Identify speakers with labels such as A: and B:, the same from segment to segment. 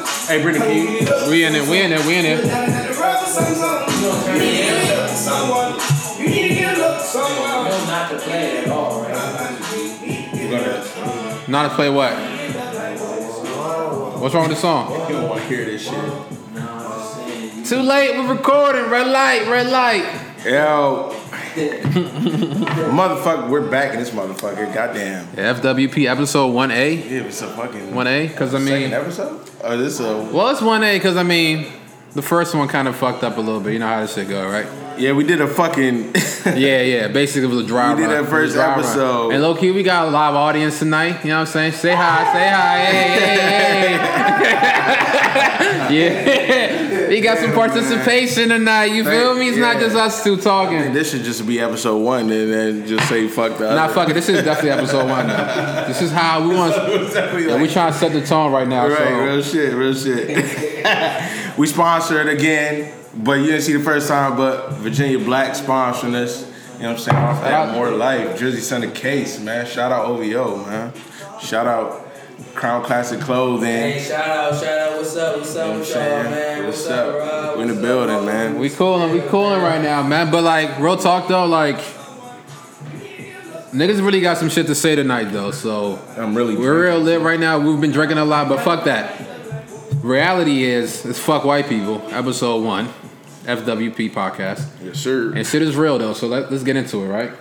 A: Hey, Brittany, can you?
B: We in it, we in it, we in it.
A: Someone.
C: not to play it at all, right?
A: You gotta,
B: Not to play what? What's wrong with the song?
A: you don't want to hear this shit.
C: No, I'm just saying.
B: Too late, we're recording. Red light, red light.
A: Yo. motherfucker, we're back in this motherfucker. Goddamn.
B: Yeah, FWP episode 1A.
A: Yeah, it's a fucking.
B: 1A? Because I
A: Second
B: mean,
A: episode? Oh, this a.
B: well, it's 1A because I mean, the first one kind of fucked up a little bit. You know how this shit go, right?
A: Yeah, we did a fucking.
B: Yeah, yeah. Basically, it was a dry
A: We did
B: run.
A: that
B: It was
A: first
B: a dry run.
A: episode.
B: And low key, we got a live audience tonight. You know what I'm saying? Say hi, say hi. Hey, hey, hey. yeah. We got some participation tonight. You feel me? It's not
A: Yeah.
B: just us two talking.
A: this should just be episode one and then just say fuck the.
B: Nah,
A: other.
B: fuck it. This is definitely episode one. Though. This is how we want.
A: Exactly
B: Yeah,
A: like-
B: we trying to set the tone right now.
A: Right,
B: so.
A: real shit, real shit. we sponsored again, but you didn't see the first time, but Virginia Black sponsoring us. You know what I'm saying? Off that
B: out.
A: More Life. Drizzy sent a case, man. Shout out OVO, man. Shout out Crown Classic
C: Hey,
A: Clothing.
C: shout out, shout out. What's up? What's up with y'all, man? What's, up, Rob?
A: We in the
C: What's
A: building,
C: up,
A: man.
B: We cooling, we cooling right now, man. But like, real talk though, like, niggas really got some shit to say tonight though. So
A: I'm really
B: We're real lit right now. We've been drinking a lot, but fuck that. Reality is, it's fuck white people. Episode one, FWP podcast,
A: Yes, sir.
B: and shit is real though. So let, let's get into it, right?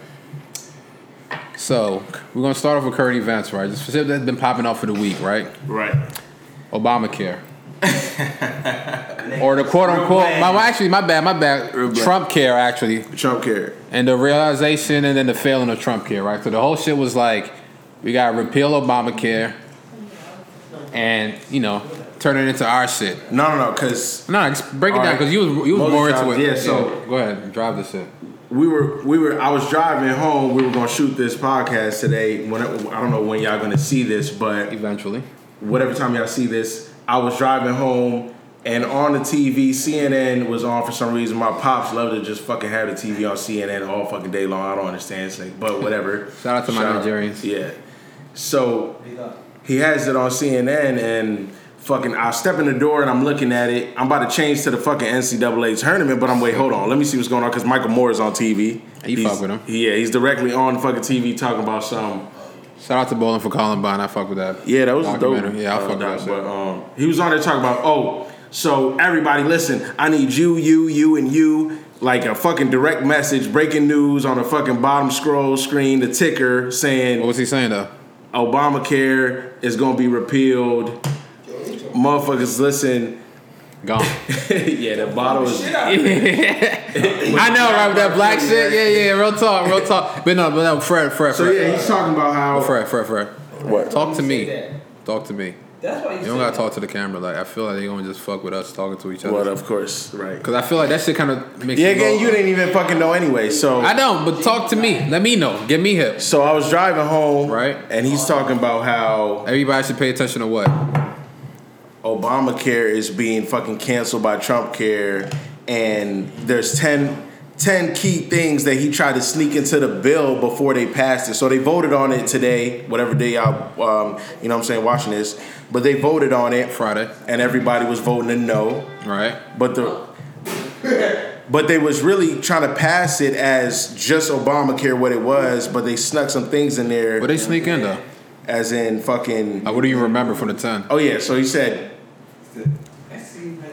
B: So we're gonna start off with current events, right? Just shit that's been popping off for the week, right?
A: Right.
B: Obamacare. or the quote unquote, my, well, actually, my bad, my bad.
A: Real bad.
B: Trump care, actually
A: Trump care.
B: and the realization and then the failing of Trump care, right? So the whole shit was like, we gotta repeal Obamacare and, you know, turn it into our shit.
A: No, no, no, because
B: No, just break it
A: All
B: down
A: right.
B: because you was you was
A: Moses
B: more into
A: Johnson,
B: it.
A: yeah, so-
B: go ahead, drive this shit.
A: we were we were I was driving home. We were gonna shoot this podcast today. When I don't know when y'all gonna see this, but
B: Eventually,
A: whatever time y'all see this, I was driving home and on the TV, CNN was on for some reason. My pops love to just fucking have the TV on CNN all fucking day long. I don't understand, it's like, but whatever.
B: Shout out to my Nigerians.
A: Yeah. So he has it on CNN and fucking I step in the door and I'm looking at it. I'm about to change to the fucking NCAA tournament, but I'm wait, hold on, let me see what's going on because Michael Moore is on TV.
B: You
A: He's-
B: fuck with him.
A: Yeah, he's directly on fucking TV talking about some.
B: shout out to Bowling for Columbine. I fuck with that.
A: Yeah, that was a dope.
B: Documentary. Yeah, I
A: uh,
B: fuck with
A: doc,
B: that
A: But
B: shit.
A: um, he was on there talking about, oh, so everybody, listen, I need you, you, you, and you, like a fucking direct message, breaking news on the fucking bottom scroll screen, the ticker saying
B: What was he saying though?
A: Obamacare is gonna be repealed. Motherfuckers, listen.
B: Gone.
A: yeah, the bottle is.
B: I know, right? With that black shit. Yeah, yeah. Real talk, real talk. But no, but no, Fred, Fred,
A: So
B: Fred,
A: yeah, he's talking about how.
B: Fred, Fred, Fred.
A: What?
B: Talk to
C: Say
B: me.
C: that.
B: Talk to me.
C: That's why you,
B: You
C: said
B: don't gotta talk to the camera. Like I feel like they gonna just fuck with us talking to each
A: Well,
B: other.
A: of course, right.
B: Cause I feel like that shit kind of makes.
A: Yeah,
B: me go-
A: again, you didn't even fucking know anyway. So
B: I don't, but talk to me. Let me know. Give me hips.
A: so I was driving home,
B: Right.
A: And he's talking about how
B: Everybody should pay attention to what.
A: Obamacare is being fucking canceled by Trump care and there's 10, 10 key things that he tried to sneak into the bill before they passed it. So they voted on it today, whatever day y'all, um, you know what I'm saying, watching this. But they voted on it
B: Friday.
A: and everybody was voting a no.
B: Right.
A: But the but they was really trying to pass it as just Obamacare what it was, but they snuck some things in there
B: What they Oh, sneak in though?
A: as in fucking
B: Like, what do you remember from the ten?
A: Oh yeah, so he said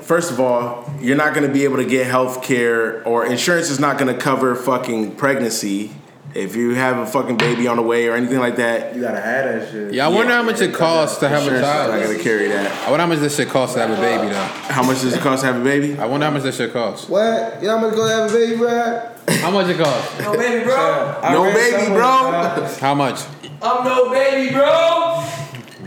A: First of all, you're not going to be able to get health care or insurance is not going to cover fucking pregnancy if you have a fucking baby on the way or anything like that.
D: You gotta have that shit.
B: Yeah, I wonder how much it costs to have a
A: Insurance is not
B: child.
A: going to carry that.
B: I wonder how much this shit costs to have a baby though.
A: How much does it cost to have a baby?
B: I wonder how much this shit costs.
D: What? You know how much gonna have a baby, bro?
B: How much it costs?
C: No Oh, baby, bro.
A: No baby, bro.
B: How much?
C: I'm no baby, bro.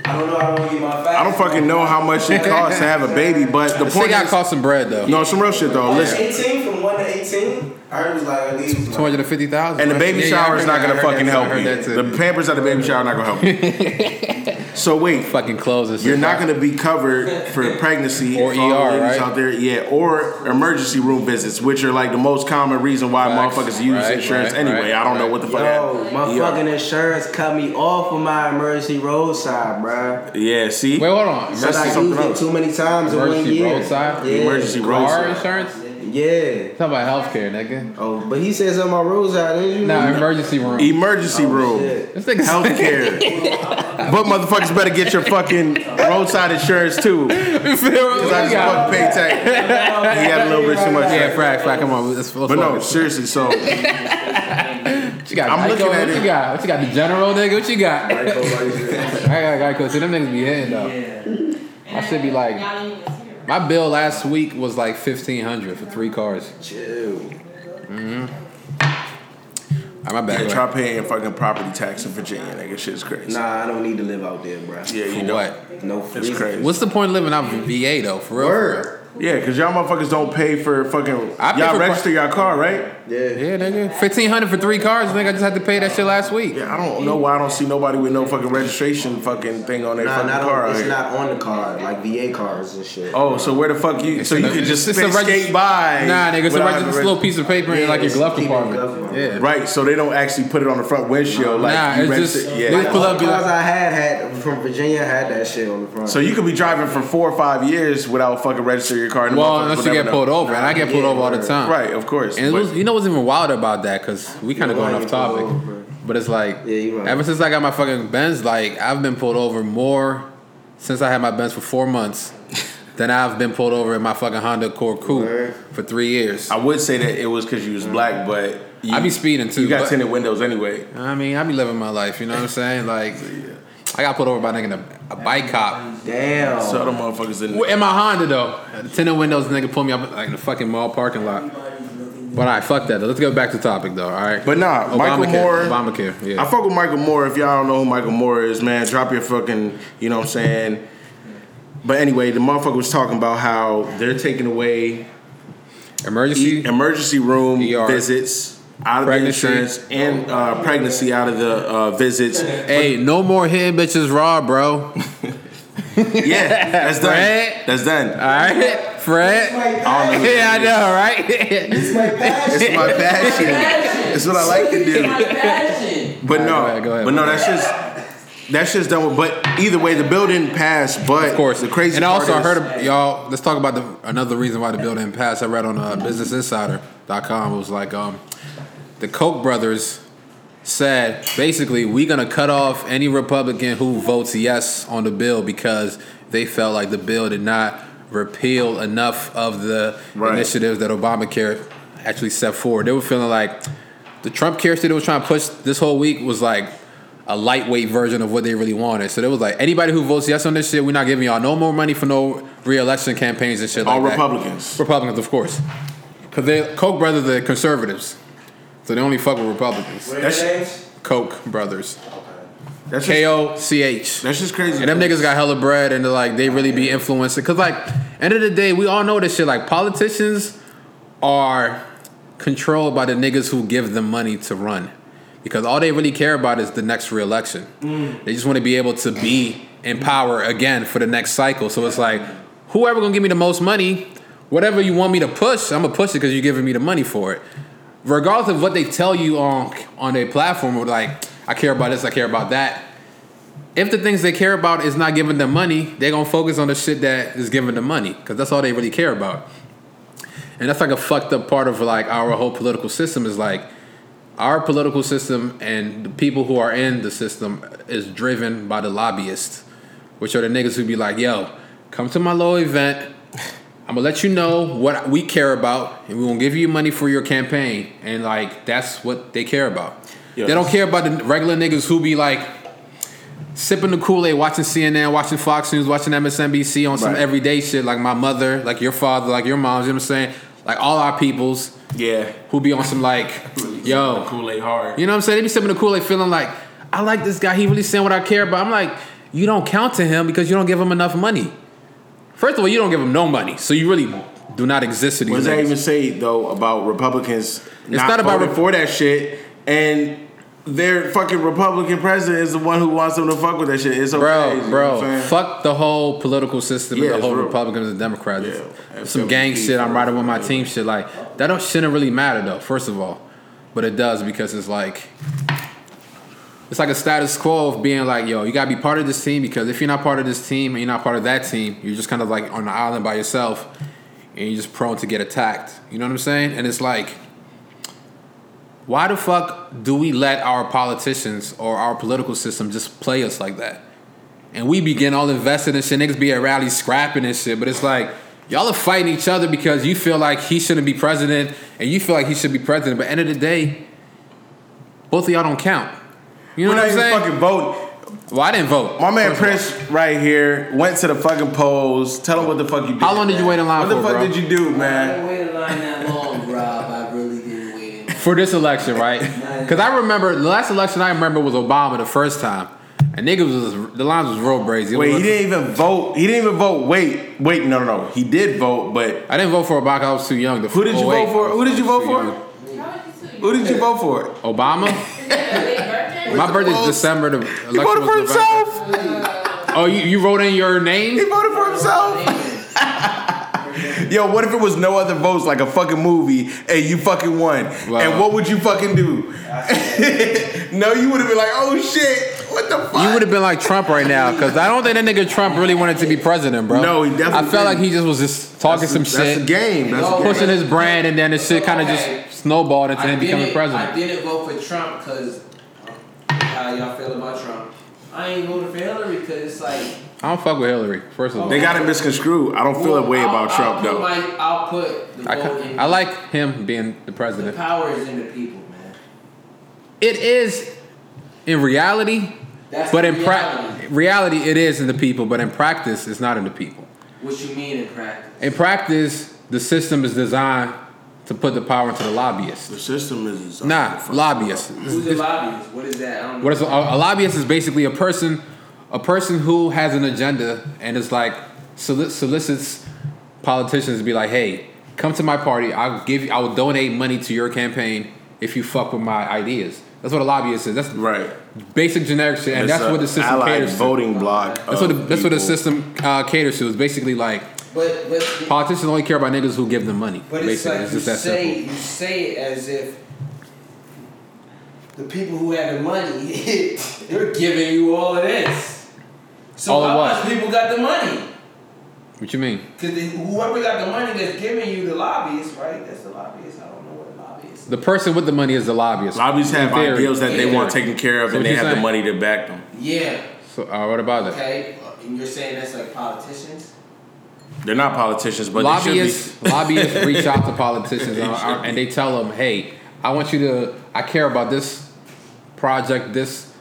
C: I don't know how to get my facts.
A: I don't fucking know how much it costs to have a baby, but the
B: This shit
A: point
B: got
A: is,
B: cost some bread though.
A: no, some real shit though. Listen,
C: 18 from 1 to 18.
D: I heard it was like at least.
B: Two
D: like-
B: hundred and fifty thousand.
A: and the baby shower is not going to fucking help you.
B: That too.
A: The pampers at the baby shower are not going to help you. So wait,
B: fucking clothes and
A: you're
B: shit.
A: not going to be covered for pregnancy
B: Or
A: for all the
B: ER,
A: ladies
B: right?
A: out there, yeah, or emergency room visits, which are like the most common reason why
B: Facts.
A: motherfuckers use
B: Right,
A: insurance
B: right,
A: anyway.
B: right,
A: I don't know
B: right.
A: what the fuck.
D: Yo, my
A: happened. Yeah.
D: fucking insurance cut me off of my emergency roadside, bruh.
A: yeah, see,
B: Wait, hold on.
D: Said
A: That's
D: I
A: something
D: used it
A: else.
D: too many times in one
B: Emergency
D: year.
B: roadside?
D: Yeah.
A: emergency
B: Car
A: roadside.
B: insurance?
D: Yeah.
B: Talk about healthcare, nigga.
D: Oh, but he says on my roadside, didn't you?
B: Nah, emergency room.
A: E- Emergency room.
D: oh, shit.
B: This nigga's
A: Healthcare. but motherfuckers better get your fucking roadside insurance too. Because I just fucking pay tax. You got a little bit too much.
B: Yeah,
A: tax.
B: frack, frack. Come on, let's, let's
A: But no,
B: focus.
A: seriously, so
B: what you got?
A: I'm
B: Geico?
A: looking at
B: what
A: it.
B: you got? What you got? The general, nigga. What you got? I
D: Emergency.
B: got Geico. See, them niggas be hitting though.
E: I should be like. Y'all
B: My bill last week was like fifteen hundred for three cars.
D: Chill.
B: All right, Ah, my bad.
A: yeah, try paying fucking property tax in Virginia, nigga. Shit's crazy.
D: Nah, I don't need to live out there, bruh.
A: Yeah, you
B: For
A: know.
B: what?
D: No
A: It's
D: free.
A: crazy.
B: What's the point of living out in VA though? For real. For
D: Word.
A: Yeah, because y'all motherfuckers don't pay for fucking.
B: I pay
A: y'all
B: for par-
A: register y'all car, right?
D: Yeah.
B: real. Yeah, nigga. Fifteen hundred for three cars. Nigga, I just had to pay that shit last week.
A: Yeah, I don't know why I don't see nobody with no fucking registration fucking thing on their
D: Nah,
A: fucking
D: not
A: car.
D: on,
A: out
D: it's
A: here.
D: not on the card, like VA cars and shit.
A: Oh, so where the fuck you? So you
B: It's
A: could
B: a-
A: just
B: it's
A: spit,
B: a reg-
A: skate by.
B: Nah, nigga, it's a
A: without
B: reg-
A: the
B: it's a
A: reg-
B: little piece of paper in
D: Yeah,
B: like your
D: it's
B: glove
D: keep it
B: compartment.
D: glove compartment.
B: Yeah.
A: Right, so they don't actually put it on the front windshield. Like
B: Nah,
A: you
B: it's
A: register-
B: just-
A: yeah.
B: they pull up, be
D: Cars
B: like,
D: I had had from Virginia had that shit on the front.
A: So you could be driving for four or five years without fucking registering your car. And the
B: well,
A: motherfuckers
B: unless
A: would
B: you
A: never
B: get
A: know.
B: pulled over, and I get pulled
D: Yeah,
B: over all the
D: word.
B: time.
A: Right, of course.
B: And it
A: but-
B: was, you know what's even wild about that? Because we kind of
D: You
B: going
D: might
B: off
D: get pulled
B: topic.
D: over.
B: But it's like,
D: Yeah, you right.
B: ever since I got my fucking Benz, like, I've been pulled over more since I had my Benz for four months than I've been pulled over in my fucking Honda Accord Coupe
D: Word.
B: for three years.
A: I would say that it was because you was black, but you,
B: I be speeding too.
A: you got
B: but-
A: tinted windows anyway.
B: I mean, I be living my life, you know what I'm saying? Like, I got pulled over by a nigga, a bike cop.
D: Damn.
A: So the motherfuckers didn't.
B: In my Honda though, tinted windows, nigga pulled me up like in the fucking mall parking lot. But all right, fuck that. Though. Let's go back to topic though. All right,
A: But nah, Michael
B: Obamacare,
A: Moore.
B: Obamacare, yeah.
A: I fuck with Michael Moore. If y'all don't know who Michael Moore is, man, drop your fucking, you know what I'm saying? But anyway, the motherfucker was talking about how they're taking away
B: Emergency.
A: e- emergency room
B: ER.
A: visits out of
B: Pregnancy.
A: the insurance and uh, pregnancy out of the uh, visits.
B: hey, no more hitting bitches raw, bro. All
A: Yeah, that's done.
B: Right?
A: That's done.
B: right, Fred.
A: I don't know.
B: Yeah, I know, right?
D: my passion.
A: It's my passion. It's what I like to do.
E: Passion.
A: But
B: All right,
A: no,
B: go ahead, go ahead.
A: but no, that's just that's just done. With, but either way, the bill didn't pass. But
B: Of course,
A: the crazy
B: And I
A: part
B: also I
A: is-
B: heard ab- y'all. Let's talk about the another reason why the bill didn't pass. I read on uh, BusinessInsider.com. It was like um, the Koch brothers said basically we're gonna cut off any Republican who votes yes on the bill because they felt like the bill did not repeal enough of the
A: Right.
B: initiatives that Obamacare actually set forward. They were feeling like the Trump care shit they was trying to push this whole week was like a lightweight version of what they really wanted. So they was like anybody who votes yes on this shit, we're not giving y'all no more money for no re-election campaigns and shit like
A: all
B: that.
A: Republicans.
B: Republicans, of course. Because they Koch brothers are conservatives. So they only fuck with Republicans.
D: What
A: That's-
D: is names?
B: Koch brothers.
A: That's
B: K
A: just,
B: O C H.
A: that's just crazy.
B: And them niggas got hella bread and they're like they really be influencing. Cause like end of the day, we all know this shit. Like politicians are controlled by the niggas who give them money to run. Because all they really care about is the next reelection. They just want to be able to be in power again for the next cycle. So it's like, whoever gonna give me the most money, whatever you want me to push, I'm gonna push it because you're giving me the money for it. Regardless of what they tell you on on their platform, or like, I care about this, I care about that if the things they care about is not giving them money, they're gonna focus on the shit that is giving them money because that's all they really care about. And that's like a fucked up part of like our whole political system is like our political system and the people who are in the system is driven by the lobbyists, which are the niggas who be like, yo, come to my little event. I'm gonna let you know what we care about, and we're gonna give you money for your campaign. And like, that's what they care about.
A: Yeah.
B: They don't care about the regular niggas who be like, sipping the Kool Aid, watching CNN, watching Fox News, watching MSNBC on some
A: Right.
B: everyday shit, like my mother, like your father, like your mom. You know what I'm saying? Like all our peoples
A: yeah,
B: who be on some like, yo,
A: Kool Aid hard.
B: you know what I'm saying? They be sipping the Kool Aid, feeling like I like this guy. He really saying what I care about. I'm like, you don't count to him because you don't give him enough money. First of all, you don't give him no money, so you really do not exist to these
A: What does
B: niggas.
A: that even say though about Republicans? It's
B: not about
A: voting
B: Rep-
A: for that shit and. their fucking Republican president is the one who wants them to fuck with that shit. It's okay,
B: Bro,
A: you know what I'm
B: bro,
A: saying?
B: fuck the whole political system
A: Yeah,
B: and the
A: it's
B: whole
A: real.
B: Republicans and Democrats.
A: Yeah,
B: It's Some gang
A: FWP
B: shit. I'm
A: for
B: riding
A: real,
B: with my
A: for
B: team shit. Like that don't shouldn't really matter though. First of all, but it does because it's like it's like a status quo of being like, yo, you gotta be part of this team because if you're not part of this team and you're not part of that team, you're just kind of like on the island by yourself, and you're just prone to get attacked. You know what I'm saying? And it's like. Why the fuck do we let our politicians or our political system just play us like that? And we begin all invested in shit. Niggas be at rallies scrapping and shit. But it's like, y'all are fighting each other because you feel like he shouldn't be president and you feel like he should be president. But end of the day, both of y'all don't count. You know
A: We're not
B: what I'm
A: even
B: saying?
A: fucking voting.
B: well, I didn't vote.
A: My man Prince right here went to the fucking polls. Tell him what the fuck you did.
B: How long did you wait in line
A: What the
B: for,
A: fuck
B: bro?
A: did you do,
D: I
A: man?
D: didn't wait in line that long, Rob. I really didn't wait. in line.
B: For this election, right? Because I remember the last election I remember was Obama the first time. And niggas was the lines was real brazy. It
A: Wait, he
B: was-
A: didn't even vote. He didn't even vote. Wait, wait, no, no, no. He did vote, but
B: I didn't vote for Obama. I was too young. The-
A: who did you
B: oh, wait,
A: vote for? Who did you vote
B: too young.
A: for? Who did you vote for?
B: Obama. My birthday's
A: Well,
B: December. The election
A: He voted
B: was
A: for
B: November.
A: himself.
B: Oh, you, you wrote in your
A: He
B: name?
A: voted for himself. Yo, what if it was no other votes, like a fucking movie, and you fucking won?
B: Wow.
A: And what would you fucking do? no, you would have been like, oh shit, what the fuck?
B: You would have been like Trump right now, because I don't think that nigga Trump really wanted to be president, bro.
A: No, he definitely
B: I felt like
A: didn't.
B: he just was just talking some
A: that's
B: shit,
A: a game. That's a game.
B: pushing his brand, and then the shit kind of
D: Okay.
B: just snowballed into
D: I
B: him becoming
D: didn't- I
B: president.
D: didn't vote for Trump because how y'all feel about Trump. I ain't voting for Hillary because it's like
B: I don't fuck with Hillary, first of all.
A: They got it misconstrued. I don't feel that way
D: I'll-
A: about
D: I'll
A: Trump
D: put
A: though.
D: My, I'll put the
B: I,
D: vote in.
B: ca- I like him being the
D: the
B: president.
D: power is in the people, man.
B: It is in reality,
D: That's
B: but
D: the
B: in
D: reality.
B: pra- reality, it is in the people, but in practice, it's not in the people.
D: What you mean in practice?
B: In practice, the system is designed to put the power into the lobbyists.
A: The system is designed
B: Nah,
A: for-
B: lobbyists.
D: Who's the lobbyist? What is that? I don't
B: What is a, a lobbyist is basically a person, a person who has an agenda and is like solic- solicits politicians to be like, hey, come to my party. I'll give you. I will donate money to your campaign if you fuck with my ideas. That's what a lobbyist is. That's
A: Right.
B: basic generic shit, and
A: It's
B: that's
A: a
B: what the system
A: allied
B: caters to.
A: voting block.
B: That's what the,
A: of
B: that's what the
A: people.
B: system uh, caters to. It's basically like
D: But but
B: politicians only care about niggas who give them money.
D: But it's
B: basically,
D: like
B: it's
D: you
B: just that
D: say
B: simple.
D: you say it as if the people who have the money they're giving you all of this. So
B: All of
D: how
B: what?
D: much people got the money?
B: What you mean?
D: Because whoever got the money that's giving you the lobbyists, right? That's the lobbyists. I don't know what a lobbyist. is.
B: The person with the money is the lobbyist.
A: Lobbyists have
B: In theory.
A: ideals that they
D: Yeah.
A: want taken care of,
B: So
A: and
B: what
A: they
B: you
A: have the
B: saying?
A: money to back them.
D: Yeah.
B: So, uh, what about that?
D: Okay. And you're saying that's like politicians.
A: They're not politicians, but they
B: lobbyists
A: should be.
B: lobbyists reach out to politicians and, and they tell them, "Hey, I want you to. I care about this project, this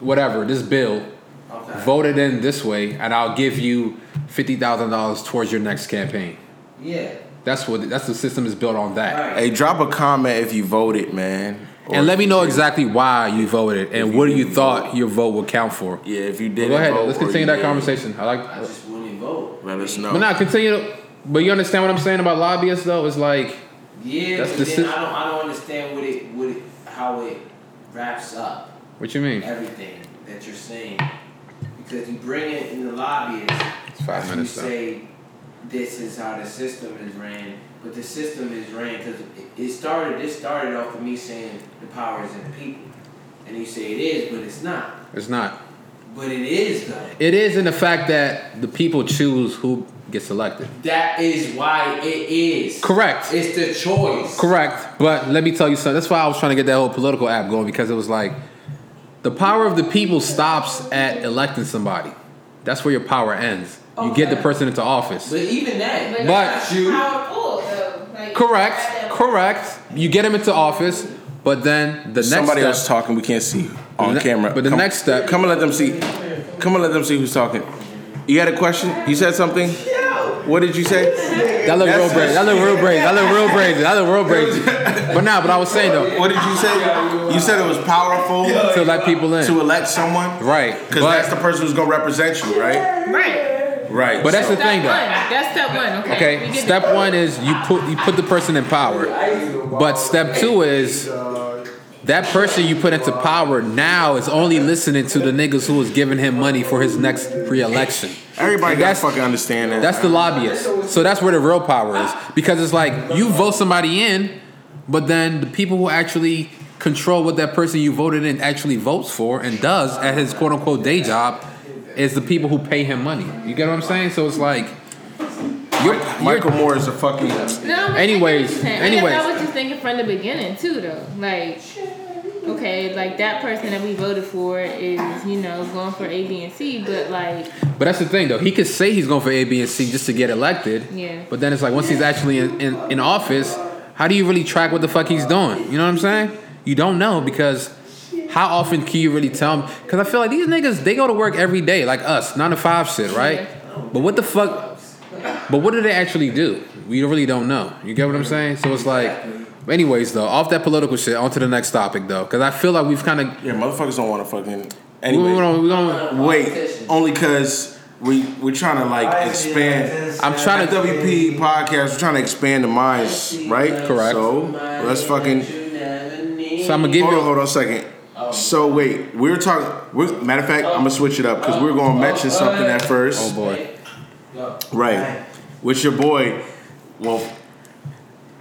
B: whatever, this bill.
D: Okay.
B: Vote it in this way, and I'll give you fifty thousand dollars towards your next campaign."
D: Yeah.
B: That's what. That's the system is built on that.
D: Right.
A: Hey, drop a comment if you voted, man. Or-
B: And let me know exactly why you voted and
A: If you
B: what you
A: didn't
B: thought your vote would count for.
A: Yeah, if you did.
B: Go ahead. Let's continue that conversation. I
D: I
B: like.
D: just wouldn't vote.
A: Let us know.
B: But now continue. But you understand what I'm saying about lobbyists, though. It's like.
D: Yeah,
B: That's
D: but
B: the
D: then
B: sys-
D: I don't. I don't understand what it. What it. How it wraps up.
B: What you mean?
D: everything that you're saying because you bring it in the lobbyists.
B: It's five
D: you
B: minutes. Though.
D: say this is how the system is ran, but the system is ran because it, it started. It started off with me saying the power is in the people, and you say it is, but it's not.
B: It's not.
D: But it is though.
B: It is in the fact that the people choose who gets elected.
D: That is why it is.
B: Correct.
D: It's the choice.
B: Correct. But let me tell you something. That's why I was trying to get that whole political app going because it was like the power of the people stops at electing somebody. That's where your power ends. You get the
D: Okay.
B: person into office.
D: But even that.
B: But-
D: you-
E: Powerful, uh, though. Like,
B: Correct. Correct. You get them into office, but then the next
A: Somebody
B: step,
A: else talking. We can't see on
B: The ne-
A: camera.
B: but the
A: Come-
B: next step-
A: Come and let them see. Come and let them see who's talking. You had a question? You said something? What did you say?
B: That look real
A: That's-
B: brazy. That look real brazy. That look real brazy. That look real brazy. But now, but I was saying though,
A: What did you say? You said it was powerful
B: to let people
A: to
B: in.
A: elect someone.
B: Right.
A: Because
B: But-
A: that's the person who's gonna represent you, right?
F: Right.
A: Right.
B: But that's
A: so-
B: the thing
F: Step one.
B: though.
F: That's step one. Okay. We
B: Okay,
F: get
B: step
F: it.
B: one is you put you put the person in power, but step two is That person you put into power now is only listening to the niggas who was giving him money for his next re-election.
A: Everybody got to
B: That's-
A: fucking understand that.
B: That's the lobbyists. So that's where the real power is. Because it's like you vote somebody in, but then the people who actually control what that person you voted in actually votes for and does at his quote unquote day job is the people who pay him money. You get what I'm saying? So it's like you're,
A: Michael
B: you're
A: Moore is a fucking.
E: No,
B: Anyways,
E: but I get what you're saying. I guess
B: anyways.
E: I was just thinking from the beginning too, though. Like, okay, like that person that we voted for is, you know, going for A, B, and C, but like,
B: but that's the thing though. He could say he's going for A, B, and C just to get elected.
E: Yeah.
B: But then it's like once he's actually in, in, in office, how do you really track what the fuck he's doing? You know what I'm saying? You don't know because how often can you really tell him? Because I feel like these niggas, they go to work every day, like us, nine to five shit, right? But what the fuck? But what do they actually do? We really don't know. You get what I'm saying? So it's like, anyways, though, off that political shit, on to the next topic, though, because I feel like we've kind of.
A: Yeah, motherfuckers don't want to fucking.
B: we
A: Anyway,
B: don't- we don't-
A: wait. Only because we we're trying to like expand.
B: I'm trying to.
A: FWP podcast. We're trying to expand the minds, right?
B: Correct.
A: So let's fucking.
B: So I'm gonna give
A: Hold
B: you.
A: on, hold on a second.
B: Oh.
A: So wait, we were talking. We're, matter of fact, I'm gonna switch it up because we were gonna mention something at first.
B: Oh boy.
A: Right. With your boy. Well,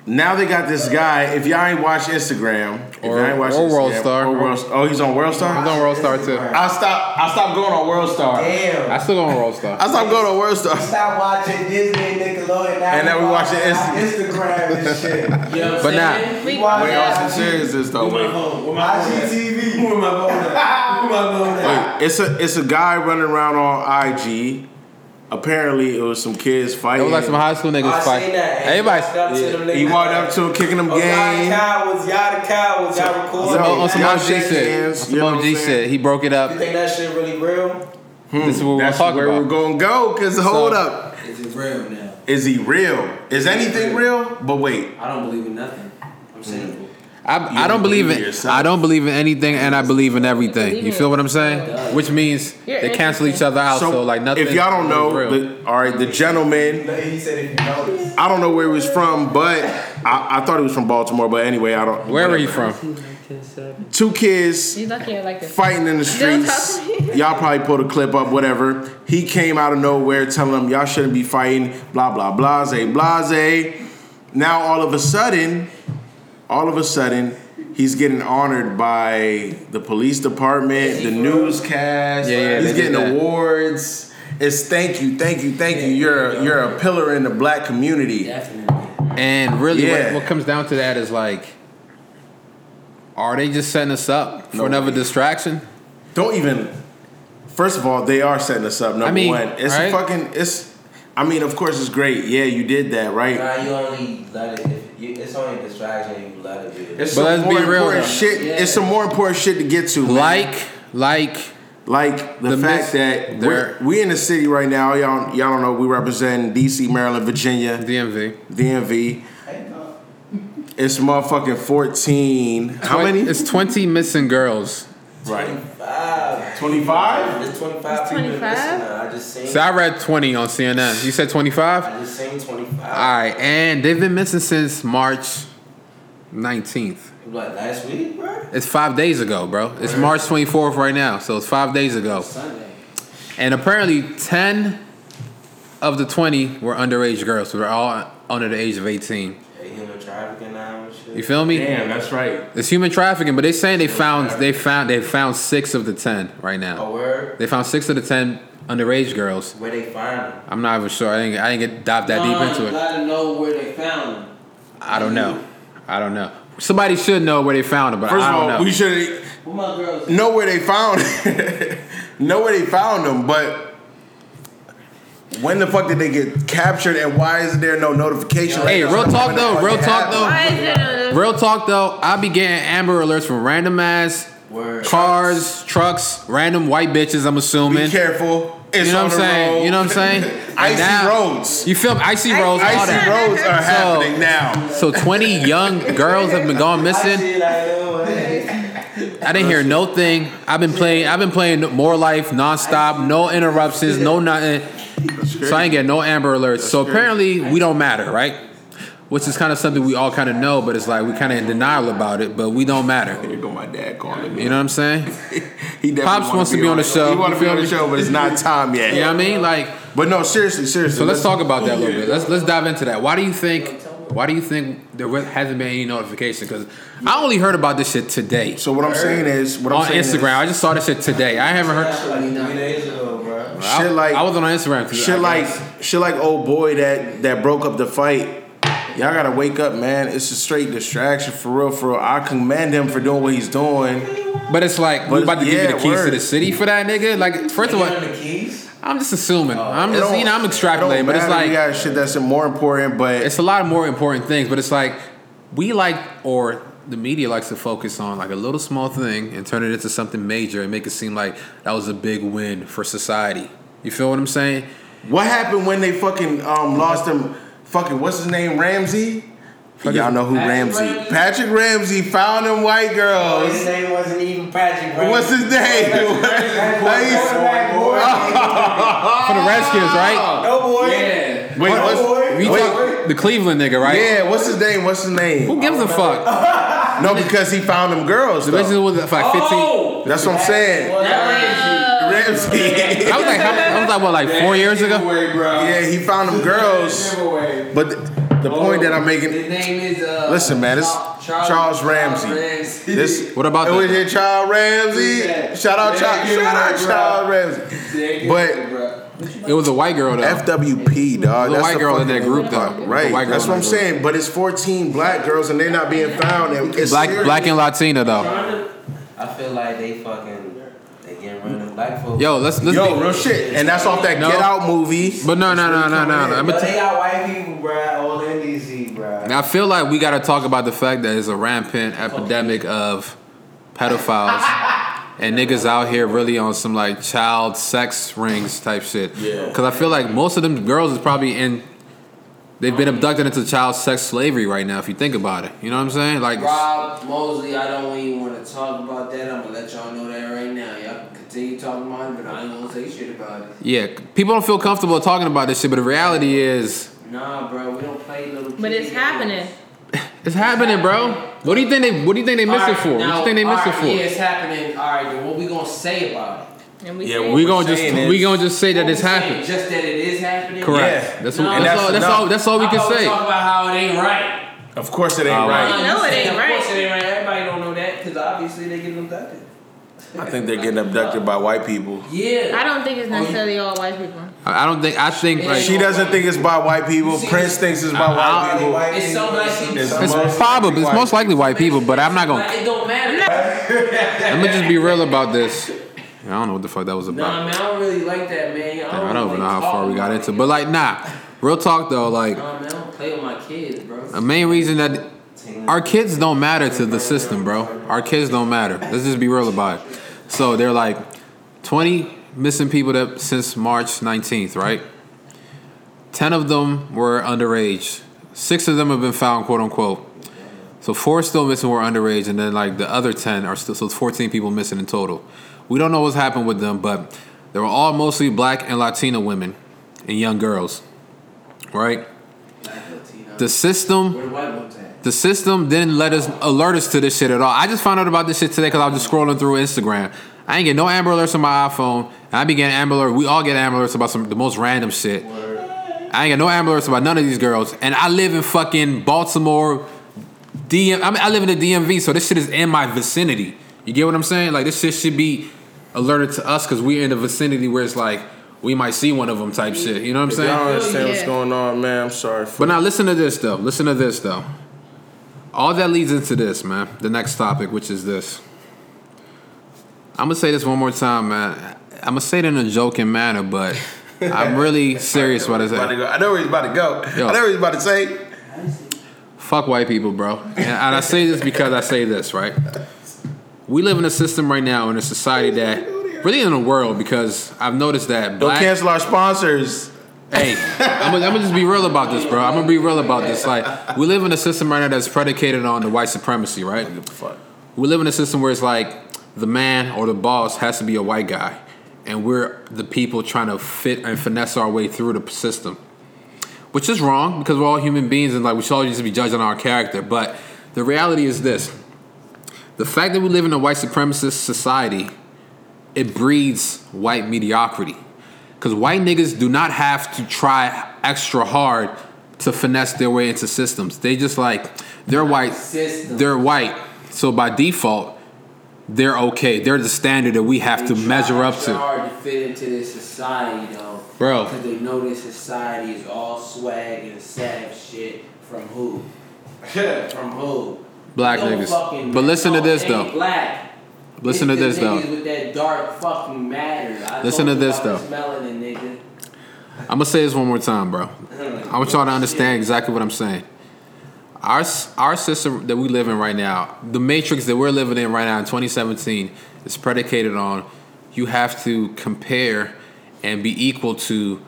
A: now they got this guy. If y'all ain't watch Instagram, if
B: Or-
A: y'all ain't watch
B: or World
A: Instagram,
B: Star.
A: or World, oh, he's on World Star.
B: I'm on World Star too.
A: I stop. I stopped going on World Star.
B: I
F: Damn.
B: still on World Star.
A: I stopped going on World Star.
F: Stop watching Disney and Nickelodeon. Now
A: And now we watching
F: Instagram and shit.
D: You know what
B: But
D: I'm
B: nah.
D: saying?
E: we,
F: Wow.
A: Wait, on some seriousness though. Wait,
F: IGTV. Who am I voting? Who am I voting?
A: wait. It's a it's a guy running around on IG. Apparently, it was some kids
B: It
A: fighting.
B: was like some high school niggas
F: I
B: fight.
F: seen that.
B: Everybody.
A: he walked up to him, kicking him
F: Oh, y'all the
A: game.
F: cowards. Y'all the cowards. Y'all
A: Yo,
F: recording.
B: on, on some
A: y'all
B: OG
A: shake
B: shit. On
A: hands,
B: some
A: you know what
B: OG
A: I'm saying?
B: shit. He broke it
F: You
B: up.
F: think that shit really real?
B: This is what we're
A: Hmm. That's
B: talking
A: where
B: about.
A: we're gonna go. Cause hold up.
D: Is it real now?
A: Is he real? Is anything real? But wait,
D: I don't believe in nothing. I'm single.
A: Mm-hmm.
B: I, I don't
A: You
B: believe
A: believe
B: in
A: yourself.
B: I don't believe in anything, and I believe in everything.
E: Believe
B: You
E: in
B: feel what I'm saying? Which means
E: You're
B: they cancel each other out. So, like nothing.
A: If y'all don't know,
B: is real.
A: the, all right, the gentleman.
F: He said if you notice.
A: I don't know where he was from, but I, I thought he was from Baltimore. But anyway, I don't.
B: where were you
A: whatever.
B: from?
A: Two kids
E: You lucky I like this.
A: fighting in the
E: Don't talk
A: streets.
E: to me.
A: Y'all probably pulled a clip up, whatever. He came out of nowhere telling them y'all shouldn't be fighting. Blah blah blase blase. Now all of a sudden, all of a sudden, he's getting honored by the police department, the newscast.
B: Yeah, yeah,
A: he's
B: they did
A: getting
B: that.
A: awards. It's thank you, thank you, thank you. You're a, you're a pillar in the black community.
D: Definitely.
B: And really,
A: Yeah.
B: what, what comes down to that is like, are they just setting us up for
A: No
B: another
A: way.
B: distraction?
A: Don't even. First of all, they are setting us up. Number
B: mean,
A: one, it's
B: right?
A: fucking. It's. I mean, of course, it's great. Yeah, you did that, right?
F: Nah, you only let it. If you, it's only distraction. You let it be.
A: It's
B: But
A: some
B: let's be
A: more
B: real,
A: important
B: though.
A: shit. It's some more important shit to get to. man.
B: Like, like.
A: like the,
B: The
A: fact
B: mis-
A: that
B: there-
A: we're we in the city right now. Y'all, y'all don't know we represent D.C., Maryland, Virginia,
B: DMV.
A: DMV. It's motherfucking fourteen. How many?
B: It's 20 missing girls.
A: right.
F: Five.
A: Twenty-five.
F: It's 25
E: It's
F: people
E: 25?
F: listening. I just seen.
B: So I read 20 on CNN. You said 25? All
F: I just seen 25.
B: right, and they've been missing since March 19th.
F: Like last week, bro.
B: It's five days ago, bro. It's March 24th right now, so it's five days ago.
D: Sunday.
B: And apparently, 10 of the 20 were underage girls. They're all under the age of 18.
F: Hey, human trafficking now and shit.
B: You feel me?
A: that's right.
B: It's human trafficking, but they're saying they found they found they found six of the 10 right
F: A
B: now.
F: word.
B: They found six of the 10 underage girls.
F: Oh, Where they find them?
B: I'm not even sure. I didn't I didn't get dive that deep into it.
D: You gotta know where they found them.
B: I don't know. I don't know. Somebody should know where they found him, but
A: First
B: I
A: of
B: don't
A: all,
B: know.
A: we should
D: Where my girls?
A: know where they found. know where they found them, but. When the fuck did they get captured and why is there no notification?
B: hey, real talk though. Real talk
E: Why
B: though.
E: is it on the
B: Real talk though. I be getting Amber Alerts from random ass
F: Word.
B: cars, trucks, random white bitches. I'm assuming.
A: Be careful. It's
B: You know
A: on
B: what I'm
A: the road.
B: saying? You know what I'm saying?
A: Icy
B: Now-
A: roads.
B: You feel me? Icy roads. All
A: Icy
B: that.
A: roads are
B: So-
A: happening now.
B: So 20 young girls have been gone missing.
F: Shit, like, oh, hey.
B: I didn't hear no thing. I've been playing. I've been playing more life nonstop. No interruptions. No nothing. So I ain't get no Amber Alerts. So apparently we don't matter, right? which is kind of something we all kind of know, but it's like we kind of in denial about it, but we don't matter.
A: Here go my dad calling me.
B: You know what I'm saying?
A: he definitely
B: Pops
A: wanna
B: wants to be on the show.
A: He want to be on the show, but it's not time yet.
B: You know what I mean? Like,
A: But no, seriously, seriously.
B: so let's talk about that a little bit. Let's let's dive into that. Why do you think? Why do you think there wa- hasn't been any notification? Because I only heard about this shit today
A: So what I'm saying is, what I'm
B: on
A: saying
B: Instagram. I just saw this shit today. I haven't heard.
F: That's like three days ago, bro.
A: is,
B: I,
A: shit like
B: I was on Instagram. 'cause I
A: shit like
B: guess-
A: shit like old boy that that broke up the fight. Y'all gotta wake up, man. It's a straight distraction for real, for real. I commend him for doing what he's doing.
B: but it's like we
A: But-
B: about to give you
A: yeah,
B: the keys to
A: word.
B: the city for that nigga. Like, first of all,
F: the keys.
B: I'm just assuming. I'm
A: Uh, It
B: just
A: don't-
B: you know I'm
A: it don't
B: extrapolating, but it's
A: matter.
B: like
A: you got shit that's more important. But
B: it's a lot of more important things, but it's like we like or the media likes to focus on like a little small thing and turn it into something major and make it seem like that was a big win for society. You feel what I'm saying?
A: what happened when they fucking um, lost him? Fucking what's his name? Ramsey. Y'all know who Ramsey? Patrick Ramsey found them white
F: his
A: girls.
F: name wasn't even Patrick. Bro.
A: What's his name? Wait,
F: Quarterback boy.
B: For the Redskins, right?
F: No boy.
D: Yeah.
A: what's,
B: We
A: Ah! wait.
B: talk, the Cleveland nigga, right?
A: yeah, what's his name? What's his name?
B: Who gives a fuck?
A: No, because he found them girls.
B: The
A: though.
B: Redskins was like 15.
D: Oh!
A: That's what I'm saying. Ramsey.
B: I was like, how- I was like, what, like four years ago?
D: Giveaway, bro.
A: yeah, he found them girls.
D: Giveaway.
A: But the, the point that I'm making,
D: His name is uh.
A: Listen, man, it's Charles Ramsey.
D: Ramsey.
A: this.
B: What about
A: it was
B: that?
A: here, Charles Ramsey?
D: Yeah.
A: Shout out, Charles. Shout
D: Yeah,
A: out,
D: bro.
A: Charles Ramsey.
D: Yeah,
A: But-
D: giveaway, bro.
B: It was a white girl though.
A: FWP, dog.
B: The
A: That's
B: white girl in
A: fucking-
B: that group though. The
A: Right,
B: white girl
A: that's
B: in
A: what
B: that
A: I'm
B: group.
A: saying. But it's 14 black girls and they're not being found. And it's
B: Black,
A: serious.
B: black and Latina though.
F: I feel like they fucking they getting rid of black folks.
B: Yo, let's let's.
A: Yo,
B: be-
A: real shit. And that's off that
B: No.
A: Get Out movie.
B: but no, no, no, no, no. no. I'm
F: Yo,
B: gonna
F: they got white people, bro. All in DC, bro.
B: And I feel like we got to talk about the fact that it's a rampant epidemic of pedophiles and niggas out here really on some like child sex rings type shit. Yeah. Because I feel like most of them girls is probably in. They've been abducted into child sex slavery right now. If you think about it, you know what I'm saying? Like,
D: Rob Mosley, I don't even want to talk about that. I'm gonna let y'all know that right now. Y'all can continue talking about it, but I ain't gonna say shit about it.
B: yeah, people don't feel comfortable talking about this shit, but the reality is,
D: Nah, bro, we don't play little.
E: But it's happening.
B: it's happening, bro. What do you think they? What do you think they miss it for? what do you think they miss it for?
D: Yeah, it's happening. All right, then what we gonna say about it?
E: And we
A: Yeah,
E: say-
B: We
A: what
B: gonna
A: we're
B: just
A: saying
B: we
A: is-
B: gonna just say that
D: What
B: it's
D: we saying?
B: happening.
D: Just that it is happening.
B: Correct.
A: Yeah.
B: That's,
D: No,
B: that's,
A: that's
B: all. That's
A: enough.
B: all. That's all we
D: I
B: can
D: always
B: say.
D: Talk about how it ain't right.
A: Of course it ain't
B: All
A: right.
B: right.
E: I know it ain't
D: Of course
E: right.
D: it ain't right. Everybody don't know that because obviously they getting abducted.
A: I think they're getting abducted by white people.
D: Yeah.
E: I don't think it's necessarily all white people.
B: I I don't think. I think like
A: She doesn't think it's by white people.
D: See,
A: Prince thinks it's by white people.
D: It's so black people.
A: It's
B: it's
A: most
B: probably it's
A: white.
B: most likely white people, but I'm not gonna.
D: Like, it don't matter.
B: I'm gonna just be real about this. I don't know what the fuck that was
D: Nah,
B: about.
D: man, I don't really like that, man. I
B: Damn,
D: don't,
B: I don't
D: like
B: even know how far
D: talking
B: we got
D: about
B: into,
D: it.
B: but like nah. Real talk though, like
D: Nah, man, I don't play with my kids, bro.
B: a main reason that our kids don't matter to the system, bro. Our kids don't matter. Let's just be real about it. So they're like 20 missing people that since March 19th, right? 10 of them were underage. Six of them have been found, quote unquote. So four still missing were underage, and then like the other 10 are still, so it's 14 people missing in total. We don't know what's happened with them, but they were all mostly black and Latina women and young girls, right? The system
D: Where the white ones at?
B: the system didn't let us alert us to this shit at all. I just found out about this shit today because I was just scrolling through Instagram. I ain't get no Amber Alerts on my iPhone. I be getting Amber Alerts. We all get Amber Alerts about some the most random shit. I ain't got no Amber Alerts about none of these girls. And I live in fucking Baltimore, DM. I, mean, I live in the DMV, so this shit is in my vicinity. You get what I'm saying? Like this shit should be alerted to us because we're in the vicinity where it's like we might see one of them type shit. You know what I'm
A: I
B: saying?
A: don't understand what's
E: Yeah.
A: going on, man. I'm sorry. For
B: But now listen to this though. Listen to this though. All that leads into this, man. The next topic, which is this. I'm gonna say this one more time, man. I'm gonna say it in a joking manner, but I'm really serious about
A: About to
B: it.
A: go. I know where he's about to go.
B: Yo.
A: I know what he's about to say.
B: Fuck white people, bro. And, and I say this because I say this, right? We live in a system right now in a society that, really in the world, because I've noticed that
A: Don't
B: black.
A: cancel our sponsors.
B: hey, I'm gonna I'm gonna just be real about this, bro. I'm gonna be real about this. Like, we live in a system right now that's predicated on the white supremacy, right?
A: Fuck.
B: we live in a system where it's like the man or the boss has to be a white guy and we're the people trying to fit and finesse our way through the system which is wrong because we're all human beings and like we should all just be judged on our character. But the reality is this: the fact that we live in a white supremacist society, it breeds white mediocrity. Because white niggas do not have to try extra hard to finesse their way into systems. They just like they're white.
D: System.
B: They're white. So by default, they're okay. They're the standard that we have to
D: They
B: measure
D: try
B: up to.
D: hard to fit into this society though,
B: Bro.
D: Because they know this society is all swag and sad shit from who? from who?
B: Black
D: No
B: niggas.
D: fucking-
B: But listen to
D: no,
B: this,
D: it ain't
B: though.
D: Black.
B: Listen
D: It's
B: to
D: the
B: this, though.
D: niggas With that dark fucking matter. I
B: Listen
D: told
B: to
D: you
B: this,
D: about
B: though.
D: Melanin nigga.
B: I'm gonna say this one more time, bro. I want y'all to understand exactly what I'm saying. Our s- our system that we live in right now, the matrix that we're living in right now in 2017, is predicated on you have to compare and be equal to